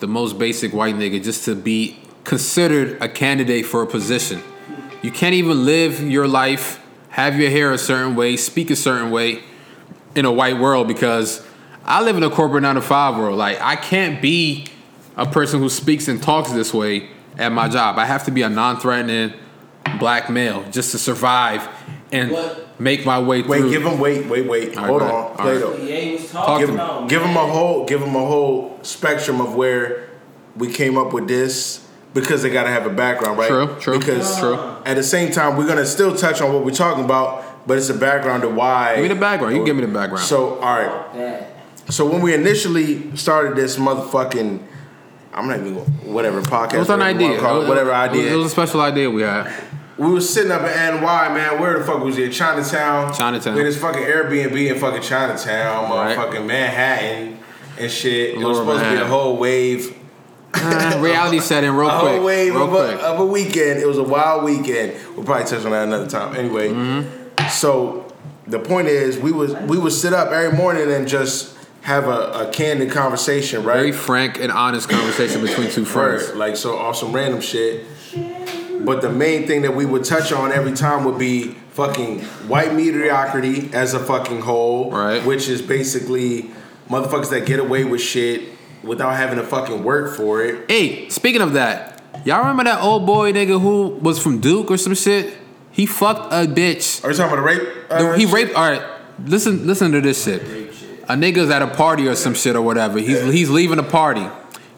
B: the most basic white nigga just to be considered a candidate for a position. You can't even live your life, have your hair a certain way, speak a certain way in a white world because I live in a corporate nine to five world. Like I can't be a person who speaks and talks this way at my job. I have to be a non-threatening black male just to survive and
D: What?
B: make my way
A: Wait,
B: through.
A: give him wait, wait, wait.
B: All right,
A: Hold
B: go
A: on,
B: ahead. All right.
A: Plato.
D: Ye was
B: Talk
D: talking
A: Give
D: about.
A: give him
D: man.
A: a whole give him a whole spectrum of where we came up with this because they got to have a background, right?
B: True, true,
A: Because
B: true.
A: At the same time, we're gonna still touch on what we're talking about, but it's a background to why.
B: Give me the background. You give me the background.
A: So all right.
D: That.
A: So when we initially started this motherfucking, I'm not even gonna- whatever podcast.
B: it was an
A: whatever you wanna
B: idea.
A: call it,
B: It was-
A: whatever
B: It was
A: idea.
B: a special idea we had.
A: We was sitting up in NY, man. Where the fuck was it? Chinatown.
B: Chinatown.
A: We had this fucking Airbnb in fucking Chinatown,
B: Right.
A: motherfucking Manhattan and shit. it was
B: Lower
A: supposed to be a
B: Manhattan.
A: whole wave,
B: Uh, reality setting real
A: a
B: quick.
A: whole wave
B: real
A: of a,
B: quick.
A: of a weekend. It was a wild weekend. We'll probably touch on that another time. Anyway,
B: Mm-hmm.
A: so the point is, we was we would sit up every morning and just have a, a candid conversation, right?
B: Very frank and honest conversation between two friends.
A: Word, Like so off some random shit. But the main thing that we would touch on every time would be fucking white mediocrity as a fucking whole.
B: Right.
A: Which is basically motherfuckers that get away with shit without having to fucking work for it.
B: Hey, speaking of that, y'all remember that old boy nigga who was from Duke or some shit? He fucked a bitch.
A: Are you talking about a rape?
B: The-
A: uh,
B: he raped. All right, listen, listen to this shit. A nigga's at a party or some shit or whatever. He's he's leaving a party.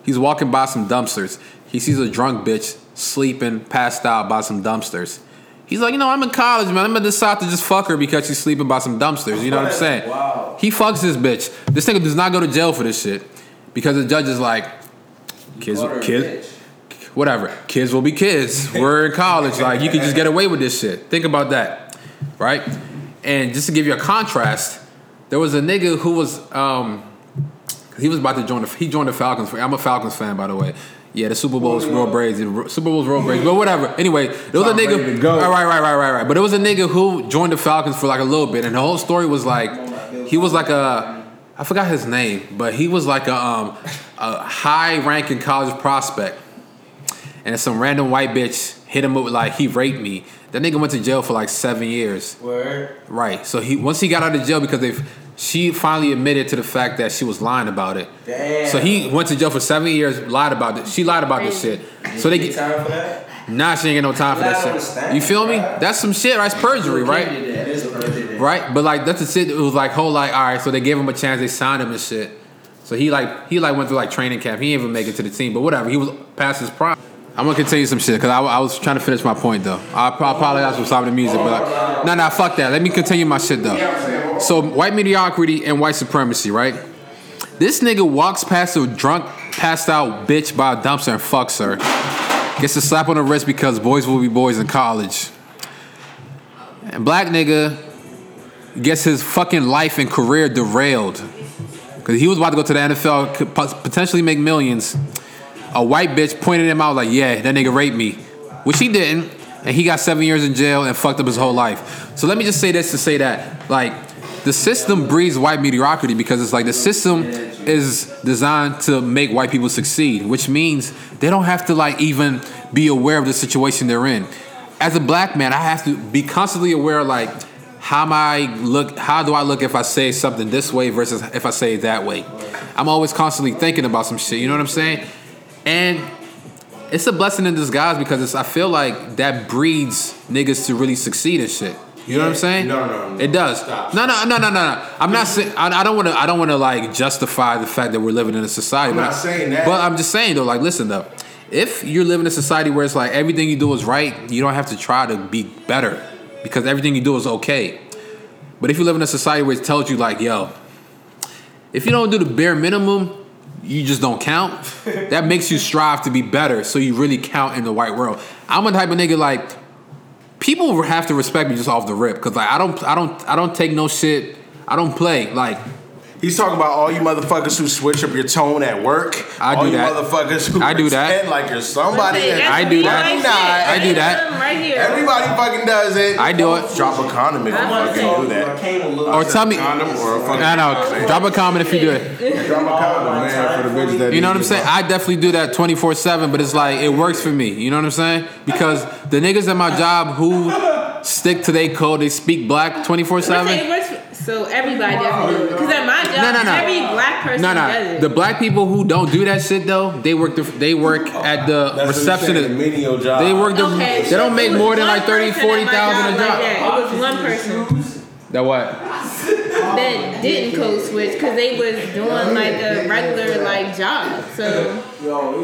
B: He's walking by some dumpsters. He sees a drunk bitch sleeping, passed out by some dumpsters. He's like, you know, I'm in college, man. I'm gonna decide to just fuck her because she's sleeping by some dumpsters. You know what I'm saying?
D: Wow.
B: He fucks this bitch. This nigga does not go to jail for this shit because the judge is like, kids,
D: Called her a
B: kids,
D: bitch.
B: whatever. Kids will be kids. We're in college. Like you can just get away with this shit. Think about that, right? And just to give you a contrast, there was a nigga who was um, he was about to join the he joined the Falcons. I'm a Falcons fan, by the way. Yeah, the Super Bowl's real braids. the Super Bowl's real braids. But whatever. Anyway, there was
A: Tom
B: a
A: Brady
B: nigga.
A: Oh, to go.
B: All right, right, right, right, right. But it was a nigga who joined the Falcons for like a little bit, and the whole story was like he was like a I forgot his name, but he was like a um, a high ranking college prospect and some random white bitch hit him up with like he raped me. That nigga went to jail for like seven years.
D: Word.
B: Right. So he once he got out of jail because they she finally admitted to the fact that she was lying about it.
F: Damn.
B: So he went to jail for seven years, lied about it. She lied about this shit. So they
F: Get
B: get
F: time for that?
B: nah, she ain't get no time for
F: Nah, I
B: that shit.
F: understand,
B: You feel me?
F: bro.
B: That's some shit. Right? It's perjury, right?
D: Candid that.
B: Right, but like that's the shit. It was like whole like all right. So they gave him a chance. They signed him and shit. So he like he like went through like training camp. He didn't even make it to the team, but whatever. He was past his prime. I'm gonna continue some shit because I, I was trying to finish my point though. I, pro- I apologize for stopping the music, but like, nah, nah, fuck that. Let me continue my shit though. So white mediocrity and white supremacy, right? This nigga walks past a drunk, passed out bitch by a dumpster and fucks her. Gets a slap on the wrist because boys will be boys in college. And black nigga gets his fucking life and career derailed because he was about to go to the NFL, could pos- potentially make millions. A white bitch pointed him out like, "Yeah, that nigga raped me," which he didn't, and he got seven years in jail and fucked up his whole life. So let me just say this to say that, like, the system breeds white mediocrity because it's like the system is designed to make white people succeed, which means they don't have to like even be aware of the situation they're in. As a black man, I have to be constantly aware, like, how am I look? How do I look if I say something this way versus if I say it that way? I'm always constantly thinking about some shit. You know what I'm saying? And it's a blessing in disguise because it's I feel like that breeds niggas to really succeed and shit. You know what I'm saying?
A: No, no, no.
B: It does.
A: Stop.
B: No, no, no, no, no, no. I'm not saying. I I don't want to. I don't want to like justify the fact that we're living in a society.
A: I'm
B: but
A: not
B: I-
A: saying that.
B: But I'm just saying though, like, listen though, if you live in a society where it's like everything you do is right, you don't have to try to be better because everything you do is okay. But if you live in a society where it tells you like, yo, if you don't do the bare minimum, you just don't count. That makes you strive to be better, so you really count in the white world. I'm a type of nigga like people have to respect me just off the rip because like I don't, I don't, I don't take no shit. I don't play like
A: He's talking about all you motherfuckers who switch up your tone at work.
B: I
A: all
B: do
A: you
B: that.
A: motherfuckers who
B: I do that.
A: pretend like you're somebody.
E: Listen,
A: and-
E: that's
B: I do
E: me
B: that.
E: right
A: I'm
E: there.
A: not.
B: I do that.
E: Something Right here.
A: Everybody fucking does it.
B: I do it.
A: Drop a condom if you
E: I'm
A: fucking
E: saying-
A: do that.
F: Came a little
B: or tell me.
A: Condom or a fucking
B: I know. Drop a comment if you do it.
A: Drop a condom, man, for the bitches that
B: You know what I'm
A: need
B: saying?
A: it.
B: I definitely do that 24 7, but it's like, it works for me. You know what I'm saying? Because the niggas at my job who stick to their code, they speak black 24
E: Listen,
B: 7.
E: it works for- So everybody doesn't do it. Because at my job,
B: No, no, no.
E: every black person
B: No,
E: does
B: no.
E: it.
B: The black people who don't do that shit though, they work. The, they work at the
A: That's What
B: receptionist.
A: you're saying, menial job.
B: They work the.
E: okay,
B: they don't make
E: it was
B: more than
E: one
B: like 30,
E: person at my
B: 40,000 a job.
E: like that. It was one person.
B: That what?
E: that didn't code switch because they was doing like a regular like job, so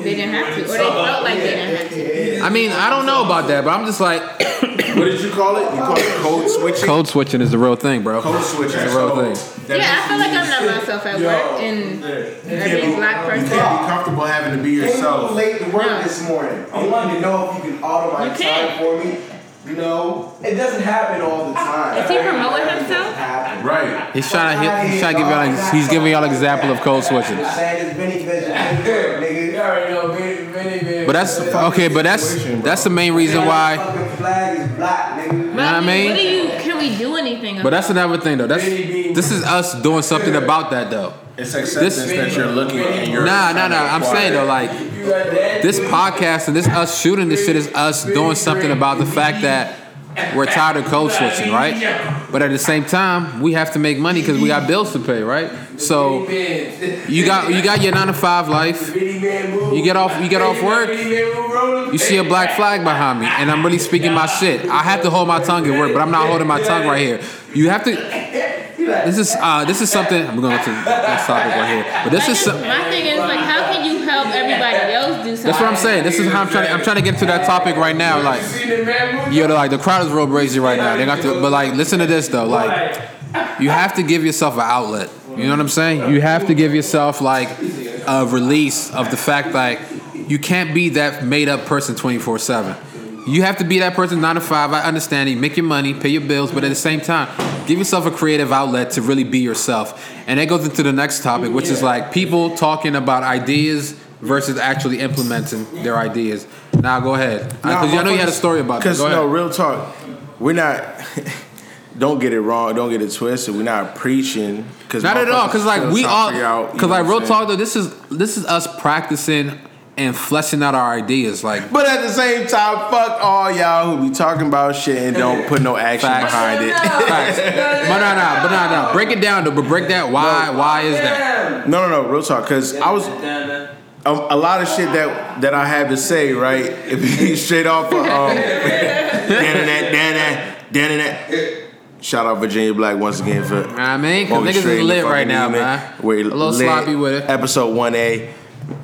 E: they didn't have to, or they felt like they didn't have to.
B: I mean, I don't know about that, but I'm just like
A: What did you call it? You call it code switching.
B: code switching is the real thing, bro.
A: Code switching.
B: It's the
A: So
B: real thing.
A: that
E: yeah, I
A: means
E: feel like I'm not myself at work, and every black
A: You
E: person.
A: can't be comfortable having to be yourself.
G: late to work this morning. I wanted to know if you can auto my
E: You
G: time
E: can't.
G: for me. You know, it doesn't happen all the time.
E: Is he promoting himself?
G: Happen.
A: Right.
B: He's trying to. He's trying to give y'all. like- He's giving y'all an example of code switching.
G: Saying it's Benny Benjamin, nigga.
D: already know, many, many, many.
B: But that's okay. But that's that's the main reason why.
G: Fucking flag is black, nigga.
E: But
B: Nah, man.
E: What do you? Can we do anything?
B: But
E: about
B: that's another thing though. That's this is us doing something about that though.
A: It's acceptance that you're looking and you're.
B: Nah, nah, nah. I'm saying though, like
D: you got that.
B: this podcast and this us shooting this shit is us doing something about the fact that we're tired of code switching, right? But at the same time, we have to make money because we got bills to pay, right? So you got you got your nine to five life. You get off you get off work. You see a black flag behind me, and I'm really speaking my shit. I have to hold my tongue at work, but I'm not holding my tongue right here. You have to. This is uh, this is something I'm going to the next topic right here. But this
E: I
B: is
E: guess
B: some,
E: my thing is like, how can you help everybody else do something?
B: that's what I'm saying. This is how I'm trying. To, I'm trying to get to that topic right now. Like, yo, like the crowd is real crazy right now. They got to, but like, listen to this though. Like, you have to give yourself an outlet. You know what I'm saying? You have to give yourself like a release of the fact like you can't be that made up person 24 seven. You have to be that person nine to five. I understand. You make your money, pay your bills, but at the same time, give yourself a creative outlet to really be yourself. And that goes into the next topic, which is like people talking about ideas versus actually implementing their ideas. Now go ahead, because I know you had a story about that.
A: Because
B: Go ahead.
A: no, real talk, we're not. don't get it wrong. Don't get it twisted. We're not preaching. Cause
B: Not at all,
A: motherfuckers
B: because like
A: still
B: we
A: trying
B: all,
A: to figure out, you
B: because
A: know
B: like
A: what
B: real
A: I'm
B: talk though, this is this is us practicing and fleshing out our ideas. Like
A: But at the same time, fuck all y'all who be talking about shit and don't put no action
B: Facts.
A: behind it.
B: facts. but no, no, but no, no. Break it down, though, but break that. Why? Why is that?
A: No, no, no, real talk. Because I was a, a lot of shit that that I had to say, right? It be straight off of um, da-na-na, da-na, da-na-na. Shout out Virginia Black once again for
B: I mean, because
A: Bobby
B: niggas
A: Strain,
B: is
A: the
B: lit right
A: fucking
B: now,
A: unit.
B: man.
A: We're
B: a little
A: lit.
B: sloppy with it.
A: Episode one A.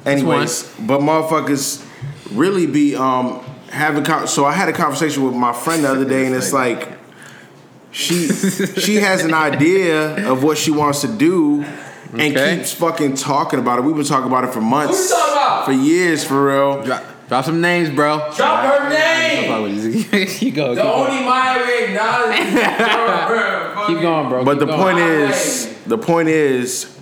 A: Anyways, but motherfuckers really be um having con- so I had a conversation with my friend the other day, and it's like she she has an idea of what she wants to do. And
B: Okay.
A: keeps fucking talking about it. We've been talking about it for months,
D: Who you talking about?
A: for years, for real.
B: Drop, drop some names, bro.
D: Drop her name.
B: you go. Keep
D: The
B: going.
D: only Maya we acknowledge is her, bro.
B: Keep going, bro.
A: But
B: keep
A: the
B: going.
A: point is, the point is,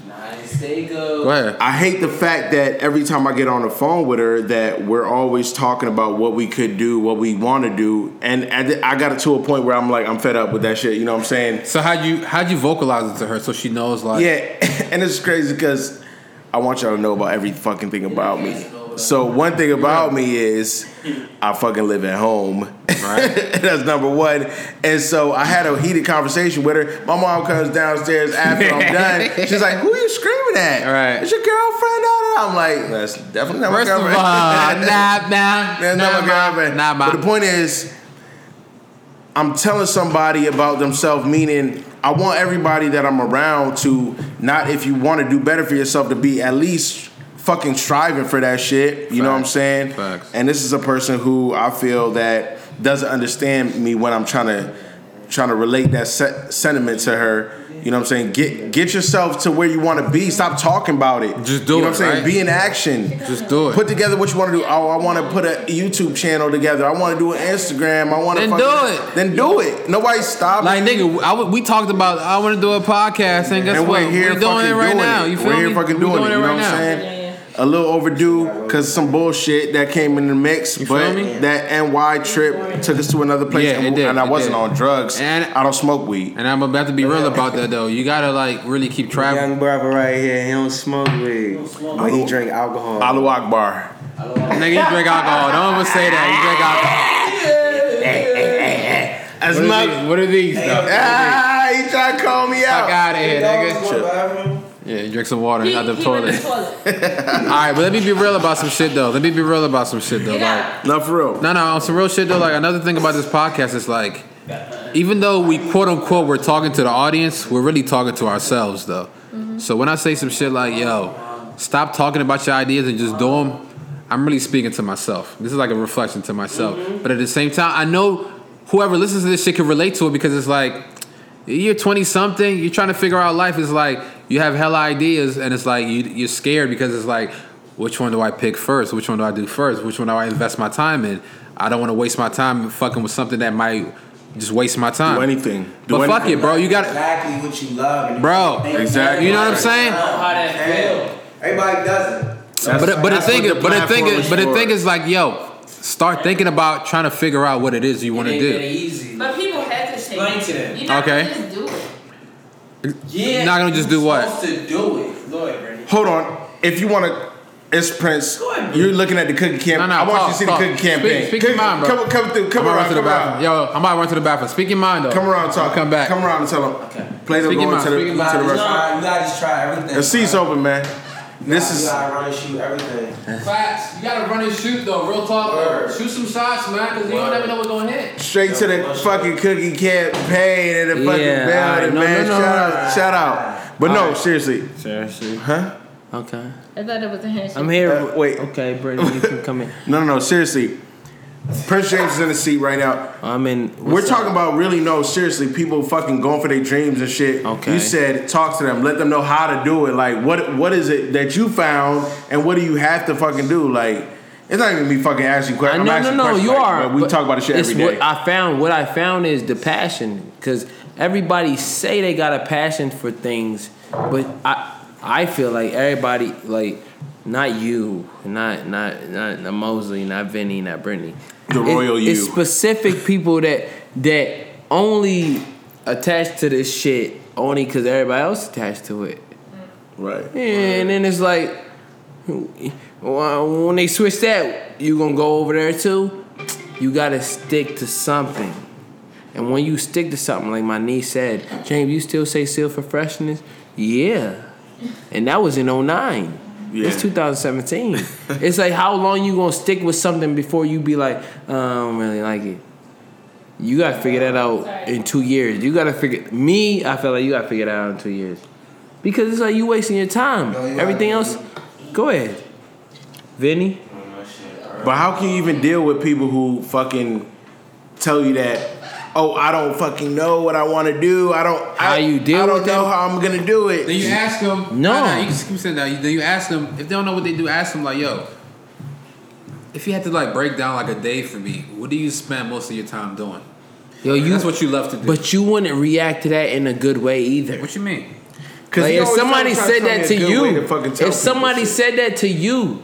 D: Go
B: Go ahead.
A: I hate the fact that every time I get on the phone with her, that we're always talking about what we could do, what we want to do, and at the- I got it to a point where I'm like, I'm fed up with that shit. You know what I'm saying?
B: So how'd you how'd you vocalize it to her so she knows like
A: Yeah, and it's crazy because I want y'all to know about every fucking thing about me. So one thing about me is I fucking live at home. Right. That's number one. And so I had a heated conversation with her. My mom comes downstairs after I'm done. She's like, "Who you screaming at?
B: Right.
A: It's your girlfriend." I'm like, "That's definitely not my
B: First of all,
A: girlfriend."
B: nah, nah,
A: That's
B: nah,
A: not my girlfriend.
B: nah,
A: But the
B: nah.
A: point is, I'm telling somebody about themselves, meaning I want everybody that I'm around to not if you want to do better for yourself to be at least fucking striving for that shit. You know what I'm
B: Facts.
A: saying?
B: Facts.
A: And this is a person who I feel that doesn't understand me when I'm trying to trying to relate that se- sentiment to her. You know what I'm saying? Get get yourself to where you want to be. Stop talking about it.
B: Just do
A: You know
B: it,
A: what I'm saying?
B: right?
A: Be in action.
B: Just do it.
A: Put together what you want to do. Oh, I want to put a YouTube channel together. I want to do an Instagram. I want to
B: Then
A: fucking-
B: do it.
A: Then do it. Nobody stop.
B: Like nigga, I, w- we talked about I want to do a podcast, and guess
A: and
B: what?
A: we're here
B: doing
A: fucking
B: it right
A: doing
B: now.
A: it.
B: You feel
A: we're
B: me?
A: here fucking
B: We
A: doing, it. You know
B: right
A: what I'm
B: now.
A: saying? A little overdue because some bullshit that came in the mix, but
B: me?
A: that NY trip took us to another place,
B: Yeah,
A: and,
B: it did,
A: and I
B: it
A: wasn't
B: did.
A: on drugs.
B: And-
A: I don't smoke weed.
B: And I'm about to be real about that though. You gotta like really keep traveling.
F: Young brother right here, he don't smoke weed, but he drink alcohol.
A: Alu Akbar.
B: Nigga, you drink alcohol. Don't ever say that.
A: As
B: You drink
A: much.
B: alcohol. What are these? What are these though?
A: Ah, he tried to call me
B: Fuck
A: out.
B: out of here, nigga. Yeah, you drink some water
E: He,
B: and
E: he
B: out the
E: went
B: toilet.
E: to the toilet.
B: All right, but let me be real about some shit though. Let me be real about some shit though.
E: Get
B: Like,
E: out.
A: Not for real.
B: no, no, on some real shit though. Like another thing about this podcast is like, even though we quote unquote we're talking to the audience, we're really talking to ourselves though. So when I say some shit like, "Yo, stop talking about your ideas and just do them," I'm really speaking to myself. This is like a reflection to myself. But at the same time, I know whoever listens to this shit can relate to it because it's like you're 20 something you're trying to figure out life it's like you have hella ideas and it's like you, you're scared because it's like which one do i pick first which one do i do first which one do i invest my time in i don't want to waste my time fucking with something that might just waste my time
A: Do anything. Do
B: but
A: anything.
B: fuck it bro you got
F: exactly what you love. And
B: Bro,
A: Exactly.
B: you know what i'm saying
D: How that feel?
F: Everybody does it.
B: but, but the
A: that's
B: thing
A: what
B: is,
A: the
B: but the thing
A: platform
B: is, but the
A: for.
B: thing is like yo start thinking about trying to figure out what it is you want to
D: It ain't that
B: do
D: easy.
E: But people hesitate.
D: Explain to them.
E: You're not
B: Okay.
E: gonna just do it.
D: Yeah,
B: Not gonna just do
D: you
B: what?
D: Supposed to do it. Lord, Brandon.
A: Hold on. If you want to, it's Prince.
D: Go ahead, bro.
A: You're looking at the cookie campaign.
B: No, no,
A: I want you
B: pause,
A: to see
B: pause.
A: the cookie
B: Speak-
A: campaign.
B: speak your
A: Cookie-
B: mind, bro.
A: Come, come through. Come
B: I'm
A: around.
B: about to run to the
A: Come
B: bathroom.
A: around.
B: Yo, I'm about to run to the bathroom. Speak your mind though.
A: Come around. Talk.
B: I'll come back.
A: Come around and tell them. Play the
B: Speak your
A: going
B: mind,
A: to
B: speak
A: the,
B: your
A: to
F: You gotta,
A: the
F: just
A: restaurant.
F: try, you gotta just try everything.
A: The seat's open, man. This
F: You
A: is.
F: gotta run and shoot everything.
B: Facts. You gotta run and shoot though. Real talk.
F: Word.
B: Shoot some shots, man, because you don't ever know what's gonna hit.
A: Straight to the fucking cookie campaign and the fucking
B: Yeah, alright.
A: building,
B: No,
A: man.
B: no, no,
A: shout
B: no,
A: out, shout out. But no, seriously,
F: Seriously.
A: huh?
F: Okay.
E: I thought it was a handshake.
F: I'm here.
A: Uh, wait.
F: Okay, Brittany, you can come in.
A: No, no, no, seriously. Prince James is in the seat right now.
F: I'm in.
A: We're talking about really no, seriously, people fucking going for their dreams and shit.
F: Okay.
A: You said talk to them, let them know how to do it. Like what what is it that you found and what do you have to fucking do? Like it's not even me fucking asking questions.
H: I-
A: I'm
H: no,
A: asking
H: no, no,
A: questions,
H: you
A: like,
H: are.
A: but we
H: but
A: talk about this shit
H: it's
A: every day.
H: What I found what I found is the passion because everybody say they got a passion for things, but I I feel like everybody like not you, not not not, not Mosley, not Vinny, not Brittany.
A: The royal you.
H: It's specific people that that only attached to this shit only because everybody else attached to it.
A: right.
H: Yeah, and then it's like well, when they switch that, you gonna go over there too. You gotta stick to something. And when you stick to something, like my niece said, James, you still say seal for freshness? Yeah. And that was in 09. It's
A: Yeah.
H: 2017. it's like how long you gonna stick with something before you be like, "Uh, I don't really like it. You gotta figure that out in two years. You gotta figure me, I feel like you gotta figure that out in two years. Because it's like you wasting your time.
F: No, you
H: Everything
F: are.
H: else, go ahead. Vinny?
A: But how can you even deal with people who fucking tell you that, oh, I don't fucking know what I want to do. I don't.
H: How
A: I,
H: you deal
A: I don't
H: with
A: know
H: them?
A: how I'm gonna do
B: Then
A: it.
B: you ask them.
H: No.
B: Nah, nah, you just keep saying that. You- Then you ask them if they don't know what they do. Ask them like, yo, if you had to like break down like a day for me, what do you spend most of your time doing?
H: Yo,
B: Like,
H: you
B: that's what you love to do.
H: but you wouldn't react to that in a good way either.
B: what you mean?
A: Because
H: Like, if somebody said that to you, if somebody said that to you,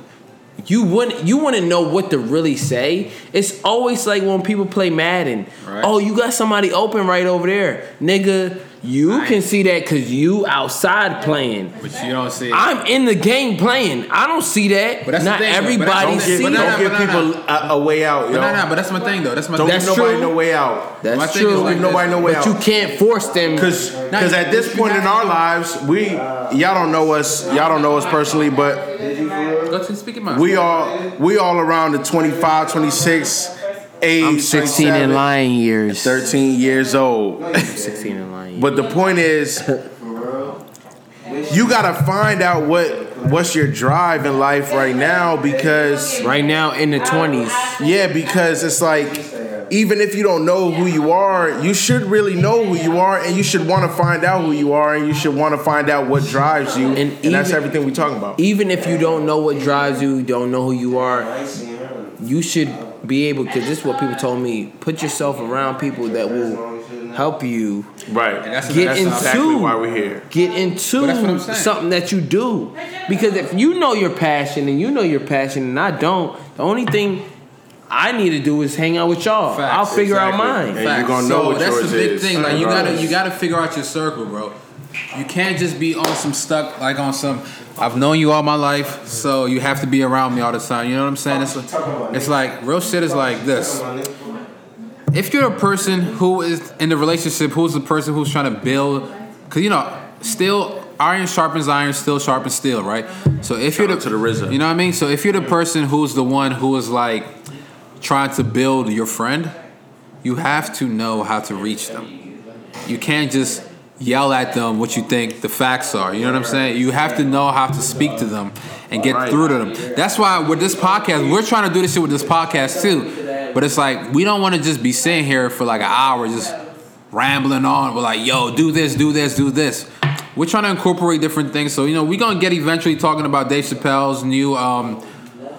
H: you wouldn't you wouldn't know what to really say. It's always like when people play Madden.
B: Right.
H: Oh, you got somebody open right over there, nigga. You can see that because you outside playing.
B: But you don't see. it.
H: I'm in the game playing. I don't see that.
B: But that's the
H: Not
B: thing, though. But that's-
H: everybody
B: don't get-
H: sees
B: but
H: that.
A: Don't
B: not-
A: give people a, a way out, yo.
B: But nah, nah, but that's my thing though. That's my
A: Don't
B: thing.
H: That's
A: give nobody
H: true.
A: no way out.
B: My
H: That's
B: thing is
H: true.
B: like
A: Give nobody no way
H: But you
A: out.
H: can't force them.
A: Cause,
B: Nah,
A: cause at this
B: you
A: point in
B: got-
A: our lives, we y'all don't know us, y'all don't know us personally, but
B: Go to speaking my.
A: we all we all around the 25, 26 age.
H: I'm 16
A: 27,
H: in lying years.
A: 13 years old.
H: 16 in lying.
A: But the point is, you gotta find out what what's your drive in life right now because
H: Right now in the 20s.
A: yeah, because it's like even if you don't know who you are, you should really know who you are, and you should want to find out who you are, and you should want to find out what drives you, and,
H: And
A: that's
H: even-
A: everything we're talking about.
H: Even if you don't know what drives you, don't know who you are, you should be able, because this is what people told me, put yourself around people that will help you
A: Right.
B: And that's-
H: get
B: that's
H: into
A: exactly why we're here.
H: get into
B: But that's what I'm saying.
H: something that you do. Because if you know your passion and you know your passion and I don't, the only thing I need to do is hang out with y'all.
B: Facts,
H: I'll figure
B: exactly.
H: out
A: And
H: mine.
A: you're gonna know
B: so
A: what
B: that's
A: yours
B: the big
A: is,
B: thing. Like you gotta
A: regardless.
B: you gotta figure out your circle, bro. You can't just be on some stuck like on some. I've known you all my life, so you have to be around me all the time. You know what I'm saying? It's like, it's like real shit is like this. If you're a person who is in the relationship, who's the person who's trying to build, because you know, still iron sharpens iron, steel sharpens steel, right? So if
A: Shout
B: you're the,
A: out to the RZA.
B: you know what I mean. So if you're the person who's the one who is like trying to build your friend, you have to know how to reach them. You can't just yell at them what you think the facts are. You know what I'm saying? You have to know how to speak to them and get through to them. That's why with this podcast, we're trying to do this shit with this podcast too. But it's like we don't want to just be sitting here for like an hour just rambling on. We're like, yo, do this, do this, do this. We're trying to incorporate different things. So you know, we're gonna get eventually talking about Dave Chappelle's new um,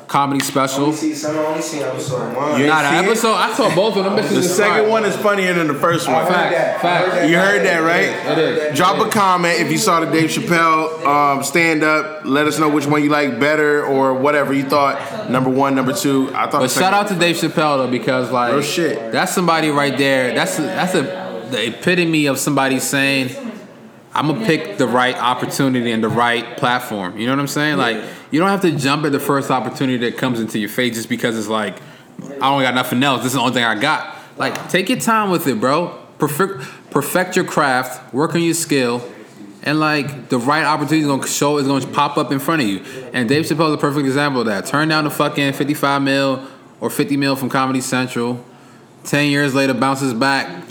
B: comedy special.
G: See, some I only seen episode one.
A: You ain't
B: Nah, the
A: see it?
B: episode I saw both of them. bitches
A: The
B: is
A: second
B: fire.
A: one is funnier than the first one.
B: Fact, fact.
A: You heard that, right?
B: It is.
A: Drop a comment if you saw the Dave Chappelle um, stand up. Let us know which one you like better or whatever you thought. Number one, number two. I thought. the
B: But
A: second
B: shout out
A: one-
B: to Dave Chappelle though, because like
A: Real shit.
B: that's somebody right there. That's that's a the epitome of somebody saying, I'm gonna pick the right opportunity and the right platform. You know what I'm saying? Like you don't have to jump at the first opportunity that comes into your face just because it's like I don't got nothing else. This is the only thing I got. Like take your time with it, bro. Perfect perfect your craft, work on your skill, and like the right opportunity is gonna show is gonna pop up in front of you. And Dave Chappelle's a perfect example of that. Turn down the fucking 55 mil or 50 mil from Comedy Central. Ten years later, bounces back.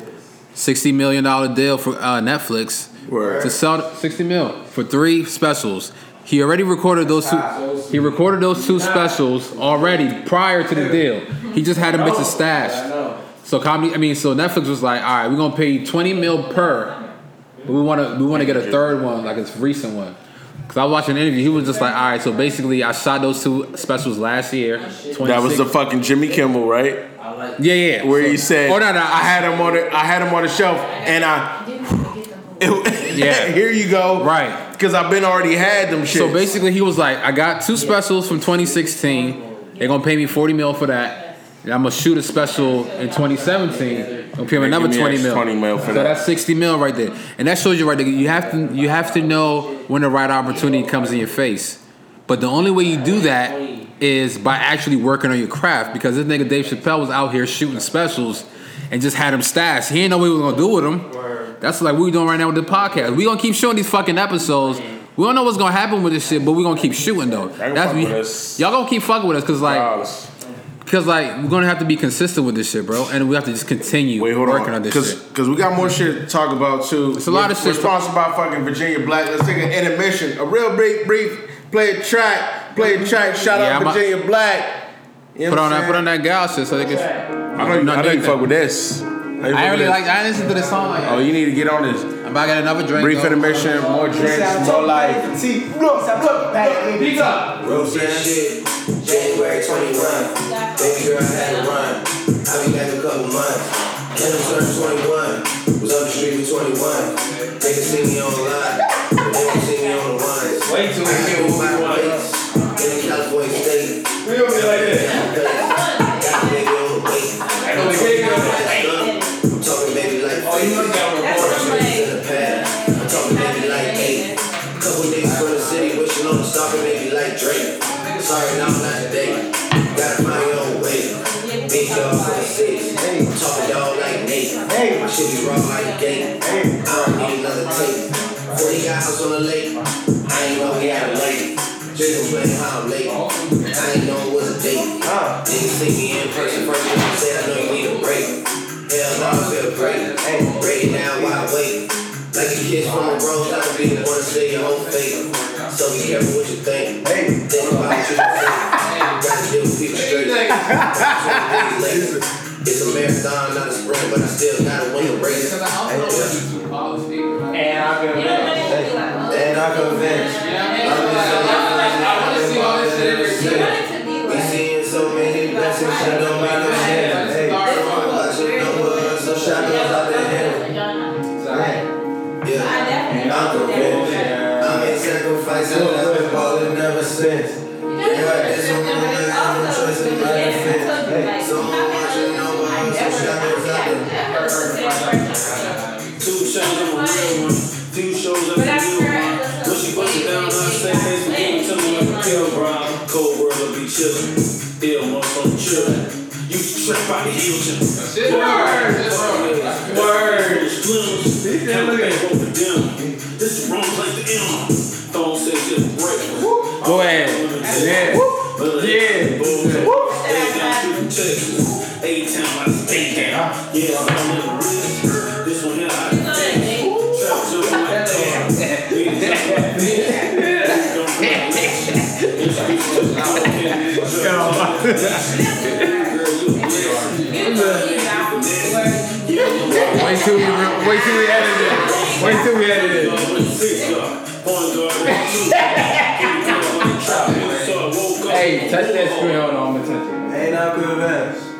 B: Sixty million dollar deal for uh, Netflix
A: Word.
B: to sell sixty mil for three specials. He already recorded those two. He recorded those two specials already prior to the deal. He just had them bitches stashed. So comedy. I mean, so Netflix was like, all right, we're gonna pay you twenty mil per. But we want to we want to get a third one, like it's recent one. Cause I watched an interview, he was just like, all right, so basically, I shot those two specials last year.
A: That was the fucking Jimmy Kimmel, right?
B: yeah, yeah.
A: Where
B: So-
A: he said,
B: "Oh no, no,
A: I
B: I
A: had him on the, I had him on the shelf, and I,
B: Yeah.
A: here you go,
B: Right.
A: Because I've been already had them shit.
B: So basically, he was like, I got two specials from 2016. They're gonna pay me 40 mil for that. And I'm gonna shoot a special in 2017. Gonna pay me another
A: give me
B: 20
A: extra
B: mil.
A: 20 mil for
B: so
A: that.
B: that's 60 mil right there. And that shows you right there. You have to you have to know when the right opportunity comes in your face. But the only way you do that is by actually working on your craft. Because this nigga Dave Chappelle was out here shooting specials and just had them stashed. He didn't know what he was gonna do with them. That's like what we doing right now with the podcast. We gonna keep shooting these fucking episodes. We don't know what's gonna happen with this shit, but we gonna keep shooting though.
A: can
B: That's
A: fuck with us.
B: y'all gonna keep fucking with us because like
A: Dollars.
B: because like we're gonna have to be consistent with this shit, bro, and we have to just continue
A: Wait, hold
B: working on,
A: on,
B: this
A: because
B: shit.
A: because we got more shit to talk about too.
B: It's a lot of
A: We're-
B: shit.
A: We're sponsored by fucking Virginia Black. Let's take an intermission, a real brief, brief, play a track, play a track. Shout
B: Yeah,
A: out
B: I'm a-
A: Virginia Black. You know what
B: Put on
A: I'm
B: that, put on
A: saying?
B: that gal shit so they can.
A: I know you, I know you fuck with this.
B: I really like. I listened to this song like.
A: Oh, you need to get on this.
B: I'm about to get another drink.
A: Brief
B: though.
A: intermission, more drinks, more life.
G: Big up.
F: Shit, January 21. Baby girl had to run. I been back a couple months. Then I turned 21. Was up the street with 21. They can see me online. But they can see me on the ones.
G: Way too
F: I can't move my place. In the California state.
G: We don't be like that.
F: Got a baby on the way.
G: Ain't no way.
F: I'm talking baby like. Oh, you know
G: that
F: In the past. Big dog for the six. Talking dog like Nate. My shit be raw like gate. I don't need another tape. 40 got house on the lake. I ain't know he had a lady. Just been playing how I'm late. I ain't know it was a date. Niggas see me in person first. and Say I know you need a break. Hell no, I feel great. Break it down while I wait. Like a kiss from a rose, I could be the one to say your whole fate. So be careful what you think. Think about what you think. Gotta deal with people straight. It's a marathon, not a sprint, but I still gotta win the race. And I'm
G: And I can vent.
F: and I convinced. We seeing so many blessings, shit don't make no sense. Watching the world, some shadows out the head. Yeah, and I'm convinced. I'm in sacrifice, and I've been balling ever since. Yeah, it's a woman, I'm a choice in my defense. Someone watching the world, some shadows out the
I: Two shows of a real one, two shows of a new one. When she bust it down, I say face for game, tell me like a pill, bro. Cold world will be chillin', ill months on the chillin'. You trip out the heel chillin'. Word, word. Slims, can't pay both of them. This is wrong place to end. Phone says it's break.
H: Go ahead. Yeah.
I: Yeah. Eight times I stay down. Yeah, I'm on the wrist. This one here, I Traps up my car. Niggas up my bitch. Niggas don't play this. Introduce to the dog and the drug. Girl, you a blessing. Yeah, you a
B: Wait till we re- wait till we edit it. Wait till we edit it.
I: Hey, touch that screen.
H: Hold on, I'm attention.
F: And I'm convinced.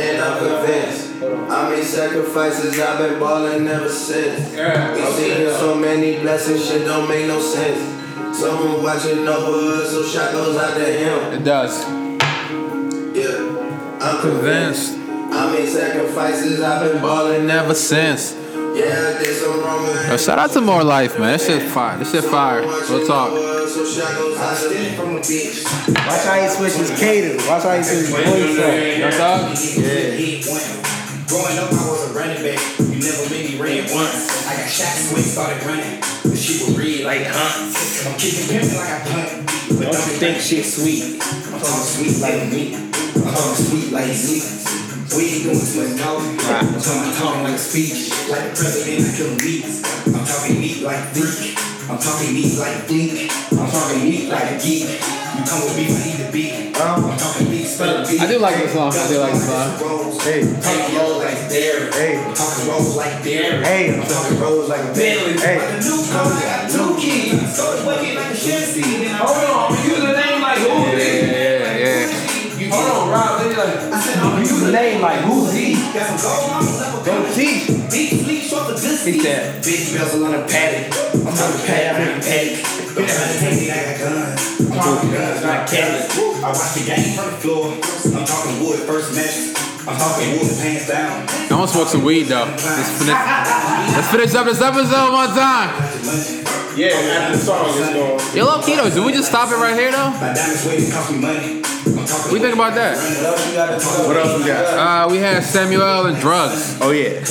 F: And I'm convinced. I made sacrifices, I've been ballin' ever since. We seen so many blessings, shit don't make no sense. Someone watching over us, so shot goes out to him.
B: It does.
F: Yeah, I'm convinced.
B: Convinced.
F: I made sacrifices, I've been ballin'.
B: Never since.
F: Yeah, I did some wrong.
B: Yo, shout out to More Life, man. That shit fire. That shit fire. Real talk.
F: I still from the beach.
J: Watch how he switches cater. Watch how he switches voice up.
B: Real talk.
I: Growing up, I was a running back. You never made me ran once. I got shot quick, started running. The shit would read like hunts. I'm kicking pimping like I punt. But don't think shit sweet. I'm talking sweet like me. I'm talking sweet like me. We ain't doing too much talking. I'm talking, talking like speech. Like the president, I kill meat. I'm talking meat like freak. I'm talking meat like bleak. I'm talking meat like geek. You come with me, I need to be. I'm talking meat, spell beat.
B: I do like this song. I do like this song.
I: Hey. Talking rolls like dairy. Hey. Talking rolls like dairy.
J: Hey.
I: I'm talking rolls like dairy.
J: Hey.
I: Like a new car, I got two keys. Started working like a shit seed. And I
C: Hold on, you the name like who?
B: Yeah, yeah.
I: You
C: Hold on, Rob. They like,
I: I said, I'm
J: Use a name like who's he?
I: Got some gold, I'm level
J: Go teach.
I: Big fleek, short the distance.
J: that.
I: Big bezel on the paddock. I'm talking paddock, I'm in paddock. Don't try to take me, I got guns. I'm talking guns, not cabinets. I watch the game from the floor. I'm talking wood first match. I'm talking wood pants down.
B: I want to smoke some weed though. Let's finish, let's finish up this episode one time.
A: Yeah, after the song is gone.
B: Yo, low key though, do we just stop it right here though?
I: My diamonds waiting, cost me money. I'm
B: What you think
I: talking
B: about that?
A: What else we got?
B: Uh, we had Samuel and drugs.
A: Oh yeah.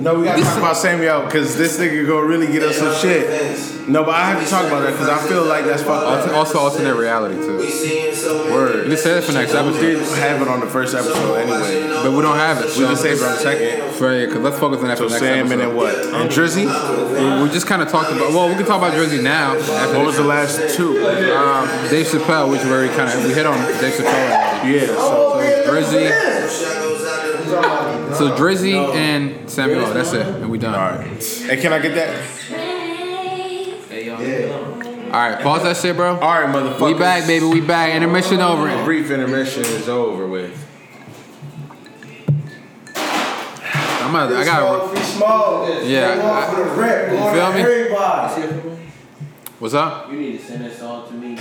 A: No, we gotta talk about Samuel because this nigga gonna really get us some shit. No, but I have to talk about that because I feel like that's fucked
B: Also,
A: up.
B: also alternate reality too.
A: Word.
B: You can say that for next
A: We did
B: episode,
A: have it on the first episode anyway.
B: but we don't have it.
A: We
B: So
A: just saved it on the second.
B: Right, cause let's focus on that for
A: So
B: next
A: Sam and then
B: episode.
A: what? And Drizzy?
B: We just kind of talked about. Well, we can talk about Drizzy now. After
A: What was the last two?
B: Um, Dave Chappelle, which we already kind of we hit on Dave Chappelle.
A: Yeah, so
B: already. Drizzy, so Drizzy and Samuel. That's it, and we done. All right,
A: Hey, can I get that?
B: all right. Pause that shit, bro.
A: Alright, motherfucker.
B: We back, baby. We back. Intermission over.
A: Brief intermission is over with.
B: I'm gonna, I got.
G: Be small. Yeah.
B: Yeah.
G: for the rep. Go
B: feel
G: on
B: me?
G: everybody.
B: What's up?
D: You need to send this all to me.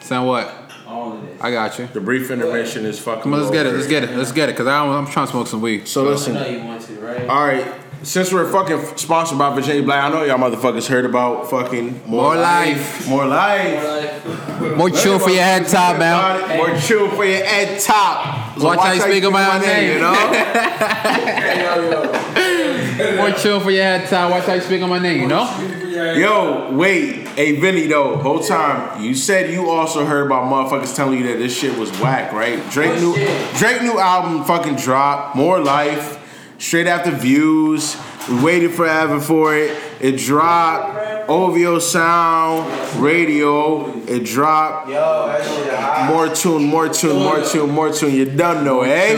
B: Sound what?
D: All of this.
B: I got you.
A: The brief intermission is fucking.
B: Come on, let's get it.
A: over.
B: Let's get it. Let's get it. Cause I don't, I'm trying to smoke some weed.
A: So
D: I
A: listen.
D: know you want to, right?
A: All right, since we're fucking sponsored by Virginia Black, I know y'all motherfuckers heard about fucking
B: More life.
A: more life,
B: More chill for your head top, man.
A: More chill for your head top.
B: Watch how you speak of my own name, you know? More chill for your head time. Watch how you speak on my name, you know?
A: Yo, wait. Hey, Vinny, though, whole time, you said you also heard about motherfuckers telling you that this shit was whack, right? Drake new, Drake new album fucking dropped, More Life, straight after Views. We waited forever for it. It dropped. OVO Sound Radio. It dropped.
G: Yo, that shit hot.
A: More tune, more tune, more tune, more tune. You done know, eh?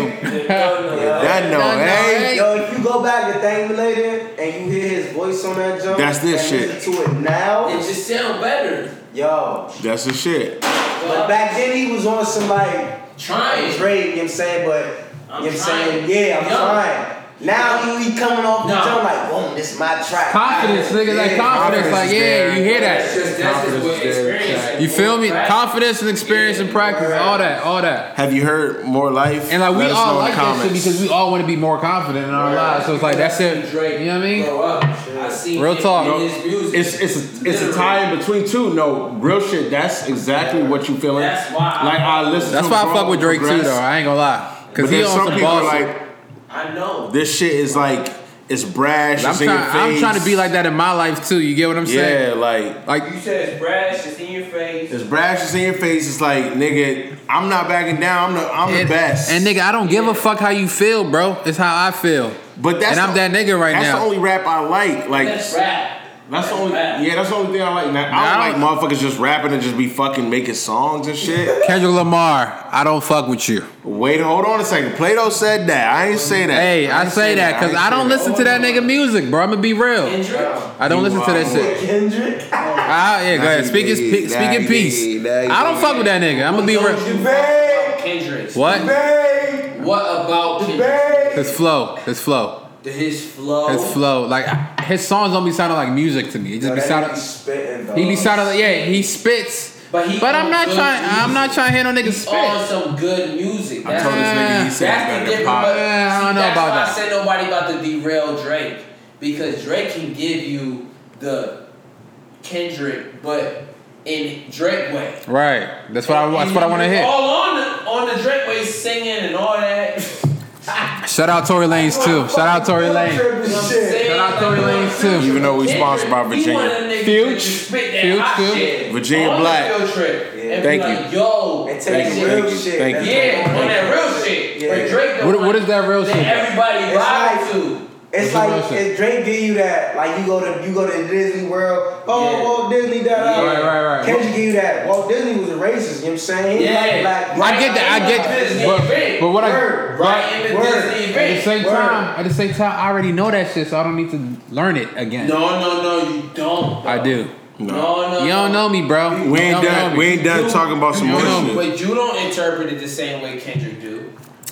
A: You done know, eh?
G: Yo, if you go back to Thang Related and you hear his voice on that jump,
A: That's this
G: and
A: shit.
G: listen to it now,
D: It just sound better.
G: yo.
A: That's the shit.
G: But back then he was on some like
D: Trying.
G: Drake, you know what I'm saying? But
D: I'm
G: you know what I'm
D: trying.
G: saying, yeah, I'm
D: Yo.
G: trying. Now he, he coming off the
D: No.
G: jump like, boom, this is my track.
B: Confidence, nigga. Like confidence. Like, yeah, you hear
D: That's
B: that.
D: just that's just what experience.
B: You feel me?
D: Right?
B: Confidence and experience and practice. All that. All that.
A: Have you heard More Life?
B: And like we
A: Let us
B: all
A: know in
B: like
A: the
B: that shit because we all want to be more confident in our lives. So it's like that's it.
D: Drake,
B: You know what I mean?
D: Grow up. I seen
B: Real
D: it
B: talk.
D: in his music.
A: It's it's a, it's a tie in between two. No real shit. That's exactly what you feeling.
D: That's why I-
A: like I listen.
B: That's
A: to
B: why I
A: Bro
B: fuck with Drake too,
A: Progress,
B: though. I ain't gonna lie,
A: But
B: because he
A: then
B: on
A: some
B: some
A: people are
B: boss.
A: like
D: I know.
A: this shit is like it's brash.
B: I'm
A: it's in
B: trying.
A: your
B: I'm
A: face.
B: trying to be like that in my life too. You get what I'm saying?
A: Yeah, like
B: Like
D: You said it's brash. It's in your face.
A: it's brash. It's in your face. It's like nigga, I'm not backing down. I'm the I'm the
B: and,
A: best.
B: and nigga, I don't give a fuck how you feel, bro. It's how I feel.
A: but that's
B: and I'm
A: the-
B: that nigga right
A: that's
B: now.
A: the only rap I like. Like
D: That's rap.
A: That's the only
D: rap.
A: yeah. That's the only thing I like. Now, I don't
B: Now-
A: like motherfuckers just rapping and just be fucking making songs and shit.
B: Kendrick Lamar, I don't fuck with you.
A: Wait, hold on a second. Plato said that. I ain't say that.
B: Hey, I
A: ain't
B: say that because
A: ain't
B: I
A: say
B: don't
A: that.
B: listen to that nigga music, bro. I'm gonna be real.
D: Kendrick.
B: I don't listen to that shit.
G: Kendrick.
B: Ah, yeah, go ahead. Speak his pe- speak in peace. I don't fuck with that nigga. I'm gonna be real.
G: Babe,
D: Kendrick.
B: What?
G: babe,
D: What about Kendrick?
G: babe.
B: His flow. His flow.
D: His flow.
B: His flow, like I- his songs, don't be sounding like music to me. It just be sounding.
G: spitting,
B: He be sounding like yeah, he spits. But,
D: But he
B: I'm not
D: on
B: trying.
D: good
B: I'm not trying to hear no nigga spit.
D: on some good music.
A: I told this nigga he said
D: That's
A: better
D: the
A: than
D: difference.
A: pop.
D: But,
B: Yeah, I don't
D: see,
B: know
D: that's
B: about
D: why
B: that.
D: I said nobody about to derail Drake because Drake can give you the Kendrick, but in Drake way.
B: Right. That's what I. That's what I want to
D: And
B: hear.
D: All on the, on the Drake way, singing and all that.
B: Shout out Tory Lanez too. Shout out Tory Lanez.
G: Lane.
B: Shout out Tory Lanez too.
A: Even though we sponsored by Virginia.
B: Fuge. Fuge, too.
A: Virginia Black. Thank
D: Thank
A: you.
D: Like, Yo,
G: And
D: that
G: take
D: shit-
G: real
A: you,
G: shit.
A: thank you.
G: That's
D: Yeah,
G: what
D: on
G: I'm
D: that
G: saying.
D: real shit.
G: Yeah.
D: But Drake the
B: What-
D: one
B: what is that real shit?
D: Everybody
G: It's
D: lied
G: like-
D: to.
G: It's
B: That's what
G: like
B: I'm saying.
G: if Drake give you that, like you go to you go to Disney World. Oh,
D: Yeah.
G: Walt Disney, da da.
D: Right,
B: right, right.
G: Kendrick give you that. Walt Disney was a racist. You know what I'm saying? He
D: Yeah.
G: like black.
B: I get that. I get that. But, but what I.
G: Word.
D: Right in the
G: Word.
D: Disney
B: At the
D: event.
B: same time, at the same time, I already know that shit, so I don't need to learn it again.
D: No, no, no, you don't.
B: I do.
D: No, no, no.
B: You don't know me, bro.
A: We
B: You
A: ain't
B: don't know
A: done.
B: me.
A: We ain't done talking about some
B: you
A: more
B: know,
A: shit.
D: But you don't interpret it the same way Kendrick do.